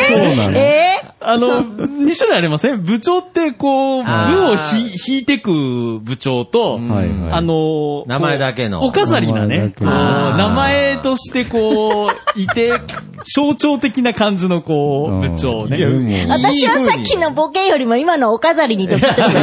Speaker 2: そうなの。
Speaker 3: えー
Speaker 4: あの、2種類ありません部長って、こう、部を
Speaker 5: あー
Speaker 4: ひ引いてく部長
Speaker 2: は
Speaker 4: と、
Speaker 2: いはい
Speaker 4: あの、
Speaker 5: 名前だけの
Speaker 4: こうお飾りなね、こう
Speaker 2: 名前だ
Speaker 5: けの
Speaker 4: 名前としてこう、いて、象徴的な感じのこう、部長ね。
Speaker 2: うん
Speaker 4: い
Speaker 2: でも
Speaker 3: 私はさっきのボケよりも今のお飾りにドキッとしま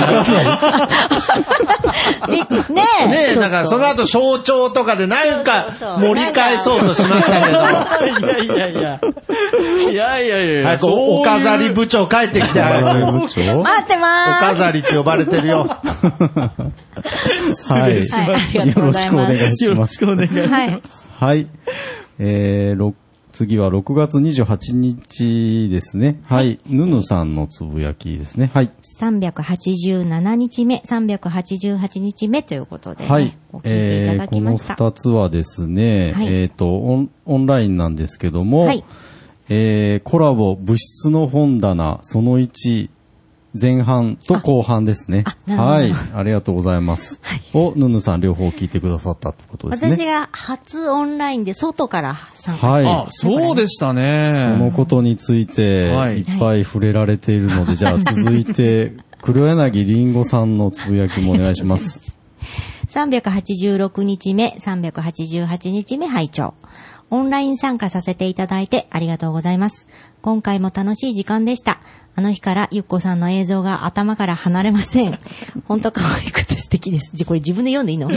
Speaker 3: した。び ねえ。
Speaker 5: ね
Speaker 3: ち
Speaker 5: え、
Speaker 3: ょっと
Speaker 5: なんかその後象徴とかでなんか
Speaker 3: そうそうそう
Speaker 5: 盛り返そうとしましたけど。は
Speaker 4: やいやいや。いやいやいやいや
Speaker 5: い、こうお飾り部長帰ってきて、早く
Speaker 2: 部長
Speaker 3: 待ってま
Speaker 5: お
Speaker 3: ーす。
Speaker 5: 飾りって呼ばれてるよ。
Speaker 2: はい。よ
Speaker 3: はいありがとうご
Speaker 2: ろ
Speaker 3: ざ
Speaker 2: し
Speaker 3: い
Speaker 2: くお
Speaker 3: ます
Speaker 2: 願いし
Speaker 4: よ
Speaker 2: ま
Speaker 4: ろ
Speaker 2: す
Speaker 4: し。くお願いします。
Speaker 3: はい。
Speaker 2: はい。えー、6次は6月28日ですね。はい。ぬぬさんのつぶやきですね。はい。
Speaker 3: 387日目、388日目ということで、ね、
Speaker 2: はい
Speaker 3: こう。聞いていた
Speaker 2: え
Speaker 3: だ
Speaker 2: ーこ
Speaker 3: き
Speaker 2: の
Speaker 3: ました。
Speaker 2: 二つはですね、
Speaker 3: はい
Speaker 2: えっ、とオン、オンラインなんですけども、
Speaker 3: はい
Speaker 2: えーコラボ、物質の本棚、その1、前半と後半ですね。
Speaker 3: あな
Speaker 2: は
Speaker 3: る
Speaker 2: い
Speaker 3: ほ。
Speaker 2: ありがとうございます。を、ぬぬさん両方聞いてくださったってことですね。
Speaker 3: 私が初オンラインで外から参加した。
Speaker 2: はい。
Speaker 4: あ、そうでした
Speaker 2: その
Speaker 4: ね。
Speaker 2: ことについて、
Speaker 4: はい
Speaker 2: いっぱい触れられているので、じゃあ続いて、黒柳りんごさんのつぶやきもお願いし ます。
Speaker 3: 386日目、388日目拝聴。オンライン参加させていただいてありがとうございます。今回も楽しい時間でした。あの日からゆっこさんの映像が頭から離れません。 本当可愛くて素敵です。じゃ、これ自分で読んでいいの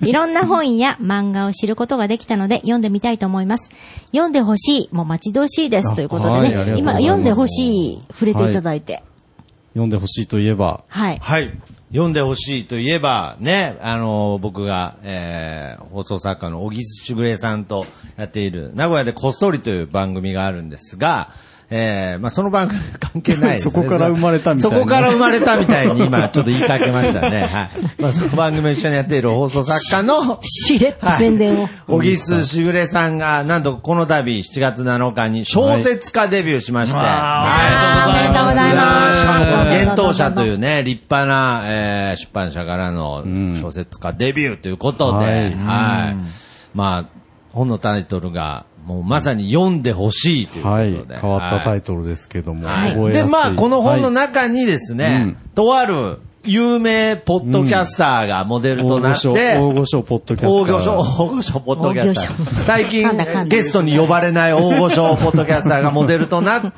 Speaker 3: いろんな本や漫画を知ることができたので読んでみたいと思います。読んでほしい、もう待ち遠しいです。
Speaker 2: あ
Speaker 3: ということでね、
Speaker 2: はいありがとうござい
Speaker 3: 今
Speaker 2: ます
Speaker 3: 読んでほしい、触れていただいて。
Speaker 2: 読んでほしいといえば、
Speaker 3: はい。
Speaker 5: はい。読んでほしいといえば、ね、あの、僕が、えー、放送作家の小木しぐれさんとやっている、名古屋でこっそりという番組があるんですが、えー、まあ、その番組関係ないです、
Speaker 2: そこから生まれたみたいな
Speaker 5: そこから生まれたみたいに今、ちょっと言いかけましたね。はい。まあ、その番組を一緒にやっている放送作家の、
Speaker 3: しれっと宣伝を。
Speaker 5: 小木須しぐれさんが、なんとこの度7月7日に小説家デビューしまして、
Speaker 4: はい
Speaker 5: は
Speaker 3: あーおめでとうございます
Speaker 5: やーしかも、幻冬舎というね、立派な、えー出版社からの小説家デビューということで、
Speaker 2: はい
Speaker 5: はい。まあ、本のタイトルが、もうまさに読んでほしいというこ
Speaker 2: はい、
Speaker 5: とで。
Speaker 2: 変わったタ
Speaker 5: イ
Speaker 2: イトルですけども、
Speaker 5: はい、
Speaker 2: 覚え
Speaker 5: で、
Speaker 2: やすい
Speaker 5: まあ、この本の
Speaker 2: はい
Speaker 5: 中にですね、
Speaker 2: うん
Speaker 5: とある有名ポッドキャスターがモデル
Speaker 2: 大
Speaker 5: とな
Speaker 2: 御
Speaker 5: って、
Speaker 2: 所、大御所ポッドキャスター。
Speaker 5: 大御所、大御所ポッドキャスタ
Speaker 3: 大御所
Speaker 5: ー。最近
Speaker 3: 噛んだ噛んだ
Speaker 5: ゲストに呼ばれない大御所ポッドキャスターがモデルとなっ
Speaker 2: は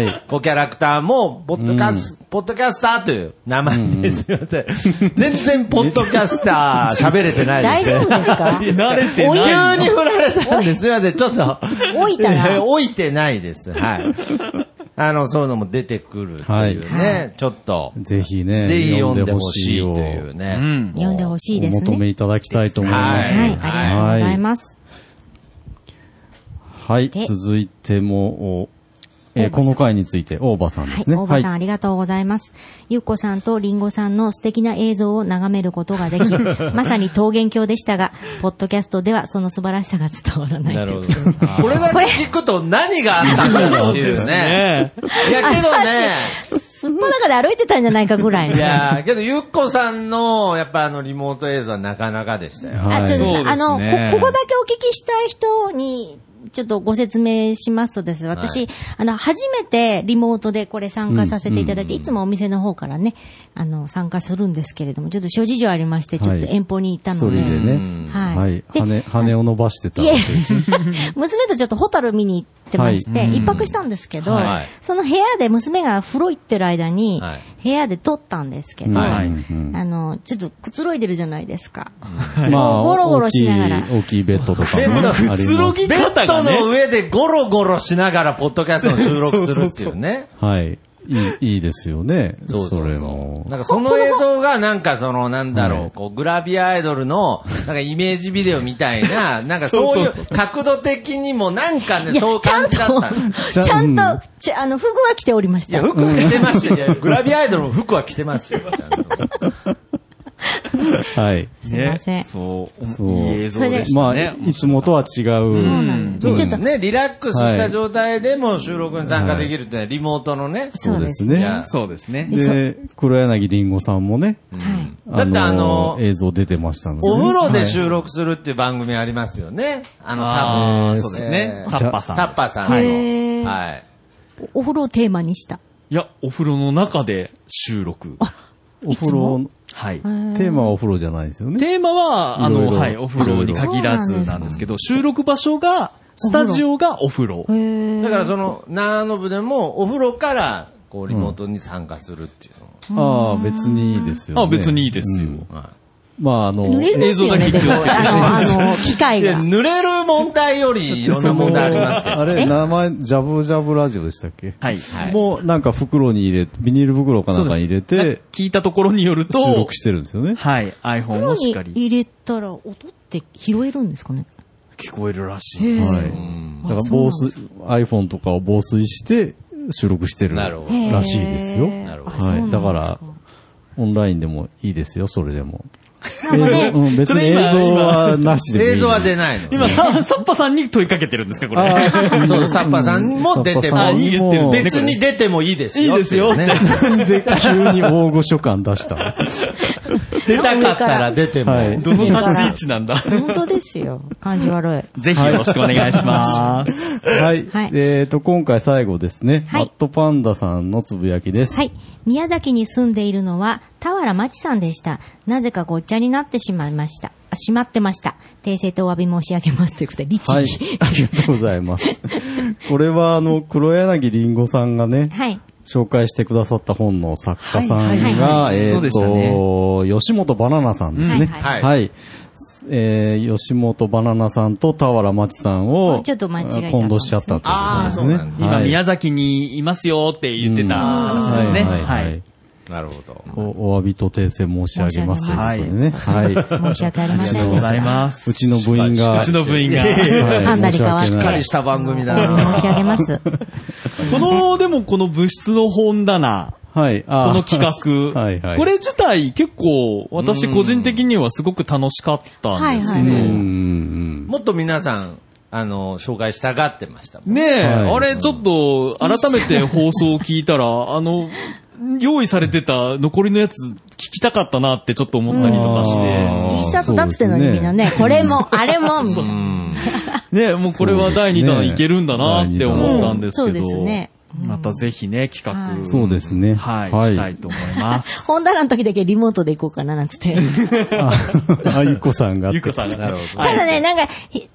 Speaker 2: い
Speaker 5: た、こうキャラクターも、ポッドキャス、ポッドキャスターという名前ですいません。全然ポッドキャスター喋れてない
Speaker 3: 大
Speaker 5: です
Speaker 3: 丈夫
Speaker 5: ね。
Speaker 3: です か
Speaker 4: 慣れて
Speaker 5: 急
Speaker 4: ない。
Speaker 5: に振られたんです。すいません、ちょっと。
Speaker 3: 老いたな
Speaker 5: 置いてないです。はい。あの、そういうのも出てくるっていうね、ちょっと。
Speaker 2: ぜひね、
Speaker 5: ぜひ読んでほ
Speaker 2: い
Speaker 5: しい
Speaker 2: を
Speaker 5: という
Speaker 4: う
Speaker 5: ね。
Speaker 4: ん。
Speaker 3: 読んでほしいです
Speaker 2: お求め
Speaker 3: ね。
Speaker 2: いただきたいと思い
Speaker 5: は
Speaker 2: ま
Speaker 5: い
Speaker 3: はい、
Speaker 2: す。
Speaker 3: ありがとうございます。
Speaker 2: はい、
Speaker 3: で
Speaker 2: 続いても、お
Speaker 3: 大
Speaker 2: えー
Speaker 3: 場さん
Speaker 2: この回について、大場さんで
Speaker 3: はい
Speaker 2: す、ね。
Speaker 3: 大場さん
Speaker 2: い。
Speaker 3: ありがとうございます。ゆっこさんとりんごさんの素敵な映像を眺めることができ、まさに桃源郷でしたが、ポッドキャストではその素晴らしさが伝わらない。
Speaker 5: なるほど。これだけ聞くと何があったんだろうっていうね。
Speaker 4: ね
Speaker 5: いや、けどね、
Speaker 3: すっぽ中で歩いてたんじゃないかぐらいの。
Speaker 5: いや、けど、ゆっこさんの、やっぱあの、リモート映像はなかなかでした よ。
Speaker 3: あ、ちょっと、
Speaker 4: はい
Speaker 3: あの、
Speaker 4: そうですね
Speaker 3: こ、ここだけお聞きしたい人に、ちょっとご説明しますとです。私、あの、初めてリモートでこれ参加させていただいて、いつもお店の方からね、あの、参加するんですけれども、ちょっと諸事情ありまして、ちょっと
Speaker 2: はい
Speaker 3: 遠方に行った
Speaker 2: 一
Speaker 3: の
Speaker 2: 人
Speaker 3: で。
Speaker 2: で
Speaker 5: うん
Speaker 2: ね、
Speaker 3: はい
Speaker 2: はい、
Speaker 3: で
Speaker 2: 羽、羽を伸ばしてた
Speaker 3: いえ、 娘とちょっとホタル見に行ってまして、
Speaker 4: はい
Speaker 3: 一泊したんですけど、
Speaker 5: はい
Speaker 3: その部屋で娘が風呂行ってる間に
Speaker 5: はい、
Speaker 3: 部屋で撮ったんですけど、
Speaker 4: はい
Speaker 2: うん
Speaker 3: あの、ちょっとくつろいでるじゃないですか。
Speaker 2: まあ、
Speaker 3: ゴロゴロしながら
Speaker 2: 大きい、大きいベッドとか
Speaker 5: ベッ
Speaker 2: も
Speaker 5: ド
Speaker 2: あります
Speaker 4: くつろぎ
Speaker 5: ベッドの上でゴロゴロしながら、ポッドキャストを収録するっていうね。
Speaker 2: はい。いい、いいですよね。
Speaker 5: そうそう
Speaker 2: れ
Speaker 5: そ
Speaker 2: も
Speaker 5: う。。なんかその映像がなんかそのなんだろ
Speaker 2: は
Speaker 5: う、
Speaker 2: い
Speaker 5: こうグラビアアイドルのなんかイメージビデオみたい な、なんかそういう角度的にもなんか
Speaker 3: い
Speaker 5: ね、
Speaker 3: や、
Speaker 5: そう
Speaker 3: ちゃ
Speaker 5: 感
Speaker 3: ん
Speaker 5: じだった。
Speaker 3: と、ちゃんと、ちあの、服は着ておりまし
Speaker 5: い
Speaker 3: た
Speaker 5: や、。服は着てましたよいや。グラビアアイドルも服は着てます よ。
Speaker 2: はい。
Speaker 3: すいません
Speaker 4: ねそう。
Speaker 2: そう
Speaker 4: いい映像でし
Speaker 2: ま
Speaker 4: た
Speaker 2: あ、
Speaker 4: ね。
Speaker 2: いつもとは違
Speaker 3: そう
Speaker 2: う。
Speaker 3: なんです
Speaker 5: そ
Speaker 3: ね。ち
Speaker 5: うで
Speaker 3: ょっ
Speaker 5: す
Speaker 3: と、
Speaker 5: ね。リラックスした状態でも収録に参加できるっていうのはリモートのね。
Speaker 3: そうです
Speaker 2: そうですねい
Speaker 3: ね
Speaker 2: や。
Speaker 4: そうですね。
Speaker 2: で、黒柳りんごさんもね、
Speaker 3: はい。
Speaker 5: だってあの
Speaker 2: 映像出てましたのでね。
Speaker 5: お風呂で
Speaker 2: はい
Speaker 5: 収録するっていう番組ありますよね。あの、
Speaker 4: あー
Speaker 5: サ
Speaker 4: そうですね
Speaker 5: え。ー
Speaker 4: サッパさん。
Speaker 5: サッパさんの。
Speaker 3: は
Speaker 5: はいい。
Speaker 3: おお風呂をテーマにした。
Speaker 4: いや、お風呂の中で収録。
Speaker 2: お風呂、
Speaker 4: はい。
Speaker 2: テーマはお風呂じゃないですよね。
Speaker 4: テーマは、あ
Speaker 2: いろ
Speaker 4: の、
Speaker 2: いろ
Speaker 4: はい、お風呂に限ら
Speaker 3: あそうなんで
Speaker 4: ず
Speaker 3: すか
Speaker 4: なんですけど、収録場所が、スタジオがお風呂。
Speaker 3: へー
Speaker 5: だからその、長野部でもお風呂から、こう、リモートに参加するっていうの
Speaker 2: あ
Speaker 5: も。
Speaker 2: あ、別にいいですよ、ね。
Speaker 4: あ、別にいいですよ
Speaker 2: う。ん
Speaker 5: は
Speaker 2: まあ、あの、
Speaker 3: 濡れるんですよね、
Speaker 4: 映像
Speaker 3: で
Speaker 4: だけ
Speaker 3: も、あの、あ の、機
Speaker 5: い
Speaker 3: 械
Speaker 5: いや、
Speaker 3: が。
Speaker 5: 濡れる問題よりいろんな問題ありますけど。
Speaker 2: あれ、名前、ジャブジャブラジオでしたっけ
Speaker 4: はい。
Speaker 5: はい
Speaker 2: もうなんか袋に入れ、ビニール袋かなんかに入れ
Speaker 4: そう
Speaker 2: て
Speaker 4: です、聞いたところによる
Speaker 2: 収
Speaker 4: と、
Speaker 2: 録してるんですよね。
Speaker 4: はい、iPhone
Speaker 3: 風
Speaker 4: もしっ
Speaker 3: 呂
Speaker 4: か
Speaker 3: に
Speaker 4: り。
Speaker 3: 入れたら音って拾えるんですかね
Speaker 4: 聞こえるらしい。
Speaker 3: へえ
Speaker 2: はい。だから防水、iPhone とかを防水して収録してる
Speaker 5: なるほど
Speaker 2: らしいですよ。
Speaker 3: へえ
Speaker 5: なるほ
Speaker 3: あそうなん
Speaker 2: はい。
Speaker 3: です
Speaker 2: だから、オンラインでもいいですよ、それでも。
Speaker 3: なんかね
Speaker 2: 映像うん別
Speaker 4: そ
Speaker 2: に
Speaker 4: れ
Speaker 2: 映
Speaker 4: 今
Speaker 2: 像はなしでもいい。
Speaker 5: 映像は出ないの。
Speaker 4: 今、さ、サッパさんに問いかけてるんですか、これ。
Speaker 2: あー
Speaker 5: そう、サッパさんも出て
Speaker 2: サッパ
Speaker 5: も
Speaker 2: さん
Speaker 4: あいい言ってる
Speaker 2: も
Speaker 4: ね
Speaker 5: 別に出てもいいですよ。
Speaker 4: いいですよ
Speaker 5: ってね。
Speaker 2: なんで急に大御所感 出したの
Speaker 5: 出たかったら出ても。
Speaker 2: はい。
Speaker 4: どの立ち位置なんだ。
Speaker 3: 本当ですよ。感じ悪い。
Speaker 4: ぜひよろしくお願いします。
Speaker 2: はい。
Speaker 3: はい
Speaker 2: えっと、今回最後ですね。
Speaker 3: はい
Speaker 2: マットパンダさんのつぶやきです。
Speaker 3: はい。宮崎に住んでいるのは、田原町さんでした。なぜかごっちゃになってしまいました。あしまってました。訂正とお詫び申し上げます。ということで、律
Speaker 2: はい
Speaker 3: 儀。。
Speaker 2: ありがとうございます。これは、あの、黒柳りんごさんがね、
Speaker 3: はい。
Speaker 2: 紹介してくださった本の作家さ
Speaker 4: はい
Speaker 3: はい
Speaker 2: ん
Speaker 4: は
Speaker 2: が、
Speaker 4: い
Speaker 2: え
Speaker 4: そうで
Speaker 2: っ
Speaker 4: した
Speaker 2: と、吉本バナナさんですね。
Speaker 3: うん
Speaker 5: はい
Speaker 2: はい。えー吉本バナナさんと田原町さんを、
Speaker 3: ちょっと間違えちゃったんですね
Speaker 2: 混同しちゃったということですね。
Speaker 4: 今、
Speaker 2: はい
Speaker 4: 宮崎にいますよって言ってた話です
Speaker 2: は
Speaker 4: ね。
Speaker 2: いは
Speaker 4: はい
Speaker 2: はいい。
Speaker 5: なるほど。
Speaker 2: おお詫びと訂正申し上げます。
Speaker 3: 申
Speaker 4: し上
Speaker 2: ね。はい。
Speaker 3: 申し訳ありま
Speaker 4: あり
Speaker 3: せ
Speaker 4: がと
Speaker 3: ん
Speaker 4: う
Speaker 3: で
Speaker 4: ご
Speaker 3: し
Speaker 4: ざい
Speaker 3: た。
Speaker 4: ます。
Speaker 2: うちの部員が、
Speaker 4: うちの部員が。
Speaker 2: はい
Speaker 3: 判断に変わって
Speaker 2: 申し訳
Speaker 5: しっか
Speaker 2: ない
Speaker 5: りした番組だな。
Speaker 3: 申し上げます。
Speaker 4: この、でもこの物質の本棚、
Speaker 2: はい。
Speaker 4: こ
Speaker 2: あー
Speaker 4: の企画、
Speaker 2: はいはい。
Speaker 4: これ自体結構私個人的にはすごく楽しかったんです
Speaker 3: は
Speaker 2: う
Speaker 3: い
Speaker 2: んう
Speaker 3: はい
Speaker 2: んうん。
Speaker 5: もっと皆さん、あの、紹介したがってましたもん。
Speaker 4: ねえ、
Speaker 2: はい
Speaker 4: あれちょっと改めて放送を聞いた ら、あの、用意されてた残りのやつ聞きたかったなってちょっと思ったりとかし
Speaker 2: うん
Speaker 4: て、
Speaker 3: 一冊経つってのに
Speaker 2: そうですね
Speaker 3: みんなね、これも、あれも、みたいな。
Speaker 4: ねえ、もうこれは第2弾いけるんだなって思ったんですけど、
Speaker 3: うんそうですねうん
Speaker 4: またぜひね、企
Speaker 3: は
Speaker 4: 画、
Speaker 3: い
Speaker 2: そうですね。
Speaker 4: はい、したいと思います。
Speaker 3: 本棚の時だけリモートで行こうかな、なんつって。
Speaker 2: あ、 あゆっこさんが。
Speaker 4: ゆうこさんが、
Speaker 5: なるほど
Speaker 4: はい
Speaker 3: ただね、なんか、ひ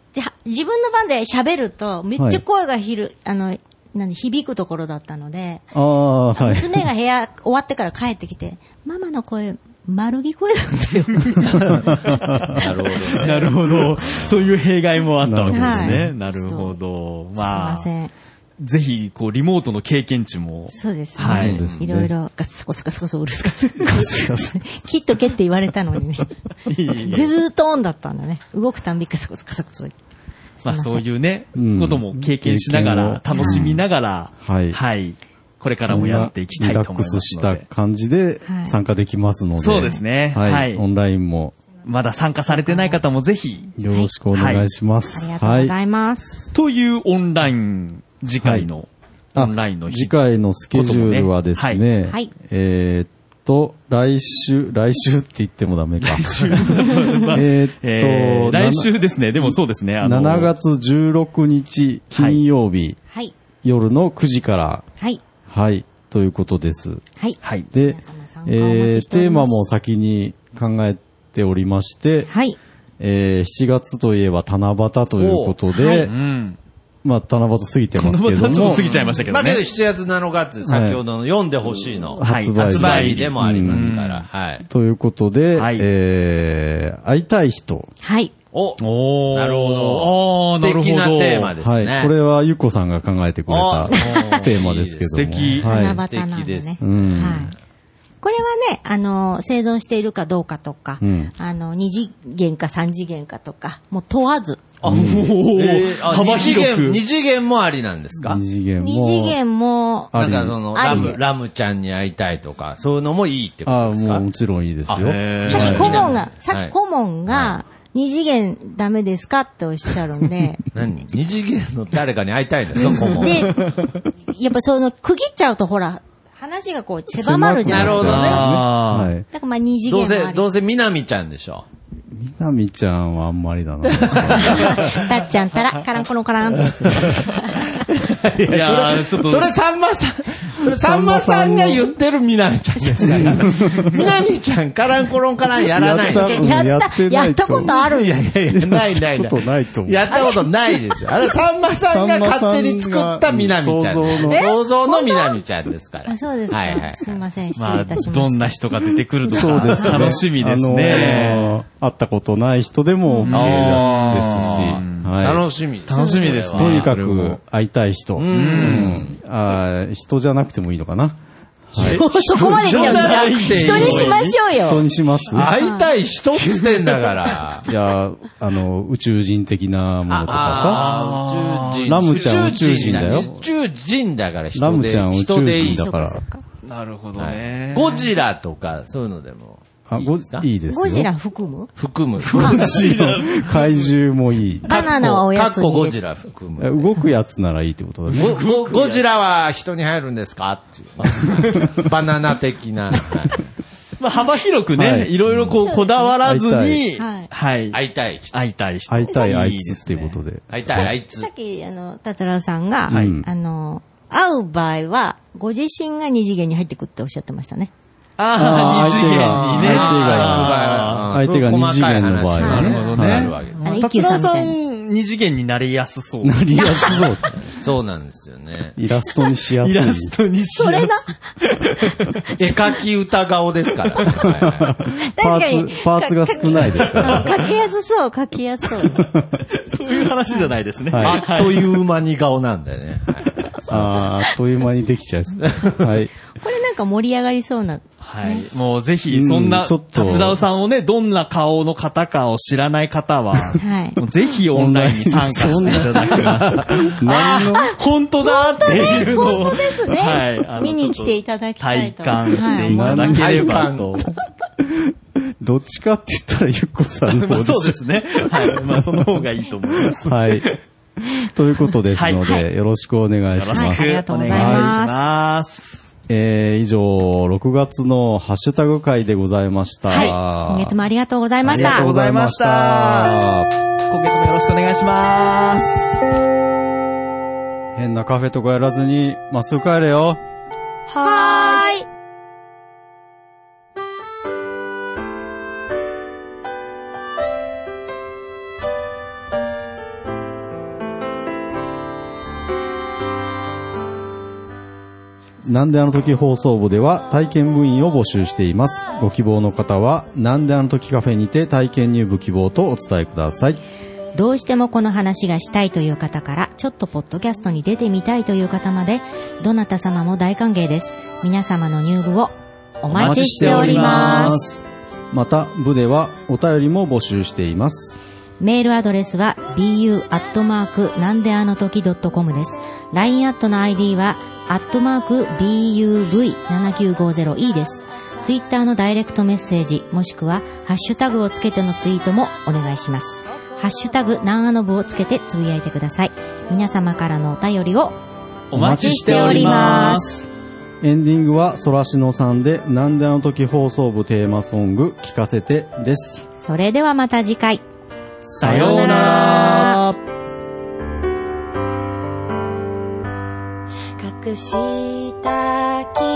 Speaker 3: 自分の番で喋ると、めっちゃ声がひる、あの、何、響くところだったので、
Speaker 2: ああ、はい。
Speaker 3: 娘が部屋終わってから帰ってきて、ママの声、丸着声だったよ。
Speaker 5: なるほど。
Speaker 4: なるほど。そういう弊害もあったわけです
Speaker 3: は
Speaker 4: ね。
Speaker 3: い
Speaker 4: なるほど。
Speaker 3: すい
Speaker 4: ま
Speaker 3: ませ
Speaker 4: あ、
Speaker 3: ん。
Speaker 4: ぜひ、こう、リモートの経験値も。
Speaker 3: そうですね。
Speaker 4: はい
Speaker 3: い
Speaker 4: そうです
Speaker 2: ね
Speaker 3: ろいろ、ガスコスガスコスうるすガスガスガス。切っとけって言われたのにね。
Speaker 4: いい
Speaker 3: ずーっとオンだったんだね。動くたんびガスコスガスコス。
Speaker 4: まあ、そういうね、
Speaker 2: うん
Speaker 4: ことも経験しながら、
Speaker 2: 経験を
Speaker 4: 楽しみながら、
Speaker 2: はい
Speaker 4: はい。これからもやっていきたいと思
Speaker 2: リ
Speaker 4: いま
Speaker 2: ラックスし
Speaker 4: すの
Speaker 2: た
Speaker 4: で。
Speaker 2: 感じで
Speaker 3: はい
Speaker 2: 参加できますので。
Speaker 4: そうですね
Speaker 2: はい。
Speaker 4: はい
Speaker 2: オンラインも
Speaker 4: まだ参加されてない方もぜひ、
Speaker 2: よろしくお願いします。
Speaker 3: あり
Speaker 2: は
Speaker 3: が。
Speaker 2: い
Speaker 3: とうございます。
Speaker 4: というオンライン、次回の、
Speaker 2: あ
Speaker 4: オンラインの日
Speaker 2: 次 回のスケジュールはです
Speaker 4: ことも
Speaker 2: ね、
Speaker 3: ねはい
Speaker 2: えーっと、来週、来週って言ってもダメか。 えーっと、
Speaker 4: えー来週ですね。でもそうですね。あの
Speaker 2: 7月16日金曜日、
Speaker 3: はい。
Speaker 2: 夜の9時から、
Speaker 3: はい。
Speaker 2: はい、ということです。
Speaker 3: はい。
Speaker 4: はい。
Speaker 3: 皆
Speaker 2: で
Speaker 3: 様参、加をお
Speaker 2: え
Speaker 3: 待ち
Speaker 2: ー
Speaker 3: しております
Speaker 2: テーマも先に考えておりまして、
Speaker 3: はい。
Speaker 2: えー7月といえば七夕ということで、
Speaker 4: うん。
Speaker 2: まあ、七夕過ぎてま
Speaker 4: 七
Speaker 2: すけ
Speaker 4: 夕ち
Speaker 2: ど
Speaker 4: ょっと
Speaker 2: も
Speaker 4: 過、ぎちゃいましたけ
Speaker 5: ま
Speaker 4: ど
Speaker 5: あ
Speaker 4: ね
Speaker 5: けど。7月7月、先ほどの読んでほしいの
Speaker 4: はい
Speaker 5: 発
Speaker 2: 発
Speaker 5: 売
Speaker 2: 売
Speaker 5: 日
Speaker 2: 日
Speaker 5: でもありますから。はい。
Speaker 2: ということで、
Speaker 4: はい
Speaker 2: えー会いたい人。
Speaker 3: はい。
Speaker 5: お
Speaker 4: おー
Speaker 5: なるほど。
Speaker 4: あーなるほど。
Speaker 5: 素敵なテーマです
Speaker 2: はい
Speaker 5: ね。。
Speaker 2: これはゆっこさんが考えてくれ
Speaker 5: あ
Speaker 2: た
Speaker 5: ー
Speaker 2: テーマですけども。
Speaker 4: 素敵
Speaker 2: はい
Speaker 3: 七夕な
Speaker 5: 素
Speaker 3: ん
Speaker 5: 敵
Speaker 3: で
Speaker 5: です
Speaker 3: ね。
Speaker 2: うん
Speaker 3: はい。これはね、あの、生存しているかどうかとか、
Speaker 2: うん
Speaker 3: あの、二次元か三次元かとか、もう問わず。
Speaker 4: あ、おー
Speaker 5: えーあ
Speaker 4: 幅
Speaker 5: 二次
Speaker 4: 広
Speaker 5: 元、
Speaker 4: く
Speaker 5: 二。次元もありなんですか
Speaker 2: 二次元も。
Speaker 3: 二次元も、
Speaker 2: あ
Speaker 5: な
Speaker 2: り
Speaker 5: んかその、
Speaker 3: あり
Speaker 5: ラム、ラムちゃんに会いたいとか、そういうのもいいってこ
Speaker 2: あ
Speaker 5: と
Speaker 2: あ、
Speaker 5: です
Speaker 2: も
Speaker 5: か
Speaker 2: うもちろんいいですよ。
Speaker 4: あへー
Speaker 3: さっき顧問が、さ
Speaker 5: は
Speaker 3: っ
Speaker 5: い
Speaker 3: き顧問が、二次元ダメですかっておっしゃるんで、
Speaker 5: 何二次元の誰かに会いたいんですか、顧問。
Speaker 3: で、やっぱその、区切っちゃうとほら、話がこう狭まるじゃない
Speaker 5: な
Speaker 3: で
Speaker 5: る
Speaker 3: す
Speaker 5: ほ
Speaker 3: か。
Speaker 5: どね
Speaker 4: あー
Speaker 2: はい。
Speaker 3: だからまあ二次
Speaker 5: ど
Speaker 3: 元
Speaker 5: う
Speaker 3: もあ
Speaker 5: せ、
Speaker 3: り
Speaker 5: どうせ、みなみちゃんでしょ。
Speaker 2: みなみちゃんはあんまりだな。
Speaker 3: たっちゃんたら、カランコロンカランってやつ。
Speaker 4: いやーちょっと。
Speaker 5: それ、さんまさん、それさんまさんが言ってるみなみちゃんで すから。みなみちゃん、カランコロンカランやらない
Speaker 2: やっ
Speaker 5: の
Speaker 2: うん
Speaker 3: やっ
Speaker 2: やっ
Speaker 3: た、
Speaker 2: てな
Speaker 3: やっ
Speaker 2: いと
Speaker 3: たことあるよ。
Speaker 5: いやない な
Speaker 2: や
Speaker 5: い
Speaker 2: ったことないと思う
Speaker 5: やったことないですよ。あれ、さんまさんが勝手に作ったみなみちゃん。
Speaker 2: さんまさんが
Speaker 5: え想像のみなみちゃんですから。
Speaker 3: あそうです
Speaker 5: はいはいは
Speaker 3: か。
Speaker 5: い
Speaker 3: すいません、失
Speaker 4: ま
Speaker 3: 礼
Speaker 4: あ、
Speaker 3: いたしま
Speaker 4: どん
Speaker 3: した。
Speaker 4: な人が出てくると
Speaker 2: そうですね
Speaker 4: か、楽しみです
Speaker 2: あ
Speaker 4: ね。
Speaker 2: のー会ったことない人でも OK ですし、
Speaker 5: あー
Speaker 2: は
Speaker 5: 楽しみです。
Speaker 4: 楽しみですね。
Speaker 2: い。とにか
Speaker 4: それも
Speaker 2: く会いたい人。うんあー人じゃなくてもいいのかな。
Speaker 3: そこまで言っちゃうんだ。人にしましょう
Speaker 2: 人
Speaker 3: よ。
Speaker 2: にします
Speaker 5: 会いたい人っつってんだから。
Speaker 2: いや、あの、宇宙人的なものとか
Speaker 5: ああ、宇宙人。
Speaker 2: ラムちゃん宇宙人だよ
Speaker 5: 宇宙人だから人で。
Speaker 2: ラムちゃん宇宙人だ
Speaker 5: 人でいい
Speaker 2: だから
Speaker 3: そっかそっか
Speaker 4: なるほど
Speaker 5: はい
Speaker 4: ね。
Speaker 5: ゴジラとか、そういうのでも
Speaker 2: さ。あ、ご
Speaker 5: ですか
Speaker 2: いいですよ。
Speaker 3: ゴジラ含む
Speaker 5: 含む。
Speaker 2: ゴジラ 怪獣もいい。
Speaker 3: バナナはおやつ
Speaker 5: かっ
Speaker 3: に
Speaker 5: こ
Speaker 3: 入
Speaker 5: ゴ
Speaker 3: れ
Speaker 5: ジ
Speaker 3: て。
Speaker 5: ラ含
Speaker 2: え
Speaker 5: む。
Speaker 2: 動くやつならいいってことだ ね。
Speaker 5: ゴゴゴジラは人に入るんですかって いう。バナナ的な。
Speaker 4: まあ、幅広く
Speaker 2: は
Speaker 4: ね、
Speaker 2: い
Speaker 4: いろいろこう、こだわらずに、
Speaker 3: はい
Speaker 4: はい。
Speaker 5: 会いたい人。
Speaker 4: 会いたい人。
Speaker 2: 会いたいあい
Speaker 4: です
Speaker 2: つ
Speaker 4: ね
Speaker 2: っていうことで。
Speaker 5: 会いたいあいつ
Speaker 3: さ。っき、あの、達郎さんが、
Speaker 2: はい
Speaker 3: あの、会う場合は、ご自身が二次元に入ってくっておっしゃってましたね。
Speaker 4: ああ、二次元にね。
Speaker 2: あ相手が相手が相手が二次元の場合はね。
Speaker 5: なるほどね
Speaker 2: はい
Speaker 5: あるわけです
Speaker 3: あの、一
Speaker 4: 達
Speaker 3: 休さ
Speaker 4: 郎
Speaker 3: んみ
Speaker 4: さ
Speaker 3: たいな。
Speaker 4: ん、二次元になりやすそう。
Speaker 2: なりやすそう。
Speaker 5: そうなんですよね。
Speaker 2: イラストにしやすい。
Speaker 4: イラストにし
Speaker 3: そ
Speaker 4: やす
Speaker 3: れ
Speaker 4: い
Speaker 3: な。
Speaker 5: 絵描き歌顔で すから。はい
Speaker 2: パ
Speaker 3: 確かに
Speaker 2: ーツ、パーツが少ないですから。
Speaker 3: あの書きやすそう、書きやすそう。
Speaker 4: そういう話じゃないですね。
Speaker 2: はい
Speaker 5: あっという間に顔なんだよね。
Speaker 2: あーあっという間にできちゃい そう。はい。
Speaker 3: これなんか盛り上がりそうな。
Speaker 4: はい。もうぜひ、そん
Speaker 2: う
Speaker 4: な、
Speaker 2: んちょっと
Speaker 4: 達郎さんをね、どんな顔の方かを知らない方は、
Speaker 3: はい
Speaker 4: もうぜひオンラインに参加していただきま した。
Speaker 2: 何の、
Speaker 4: あ本当だっていうのを。
Speaker 3: 本当ですね
Speaker 4: あの
Speaker 3: 見に来ていただきたいと
Speaker 4: ちょっ体感していただければと。
Speaker 2: どっちかって言ったらゆっこさんの
Speaker 4: ま
Speaker 2: 方
Speaker 4: あ
Speaker 2: でしょ
Speaker 4: そうですね。はい。まあその方がいいと思います。
Speaker 2: はい。ということですので、
Speaker 4: はいは
Speaker 2: よろしくお願いし
Speaker 4: よ
Speaker 2: ま
Speaker 4: ろし
Speaker 2: す。
Speaker 3: はいありが
Speaker 4: く
Speaker 3: とう
Speaker 4: お
Speaker 3: ご
Speaker 4: 願
Speaker 3: ざ
Speaker 4: い
Speaker 3: い
Speaker 4: し
Speaker 3: ます
Speaker 4: ます。
Speaker 2: えー、以上、6月のハッシュタグ会でございました。
Speaker 4: はい
Speaker 3: 今月もありがとうございまし
Speaker 4: ありがと
Speaker 3: た
Speaker 4: う。ございました今月もよろしくお願いします。
Speaker 2: 変なカフェとかやらずに、まっすぐ帰れよ。
Speaker 3: はーい。
Speaker 2: なんであの時放送部では体験部員を募集しています。ご希望の方は、なんであの時カフェにて体験入部希望とお伝えください。
Speaker 3: どうしてもこの話がしたいという方から、ちょっとポッドキャストに出てみたいという方まで、どなた様も大歓迎です。皆様の入部をお待ちしております。
Speaker 2: す。また、部ではお便りも募集しています。
Speaker 3: メールアドレスは bu なんであの時 .com です。LINE アットの ID は、アットマーク buv7950e です。ツイッターのダイレクトメッセージ、もしくは、ハッシュタグをつけてのツイートもお願いします。ハッシュタグ、なんあの部をつけてつぶやいてください。皆様からのお便りを
Speaker 4: お待ちしております。
Speaker 2: エンディングは、そらしのさんで、なんであの時放送部テーマソング、聞かせてです。
Speaker 3: それではまた次回。
Speaker 4: さようなら。
Speaker 6: 隠した傷も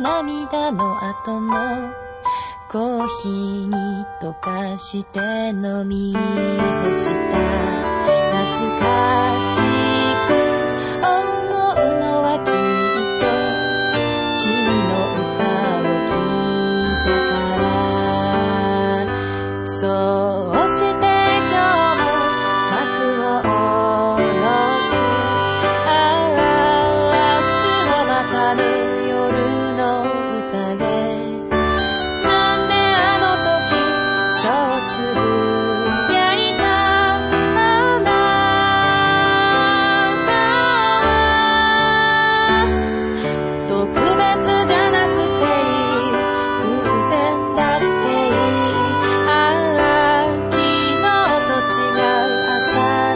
Speaker 6: 涙の後もコーヒーに溶かして飲み干した懐かしく思うのはきっと君の歌を聴いたからそうして今日も幕を下ろすああ、明日はまたね、夜の宴。なんであの時、そうつぶやいた、あなたは、特別じゃなくていい、偶然だっていい。ああ、昨日と違う朝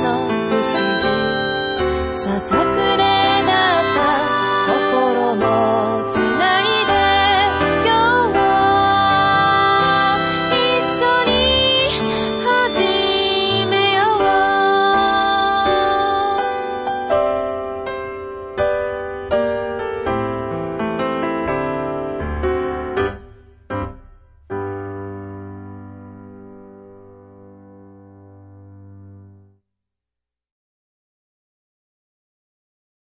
Speaker 6: の不思議。ささ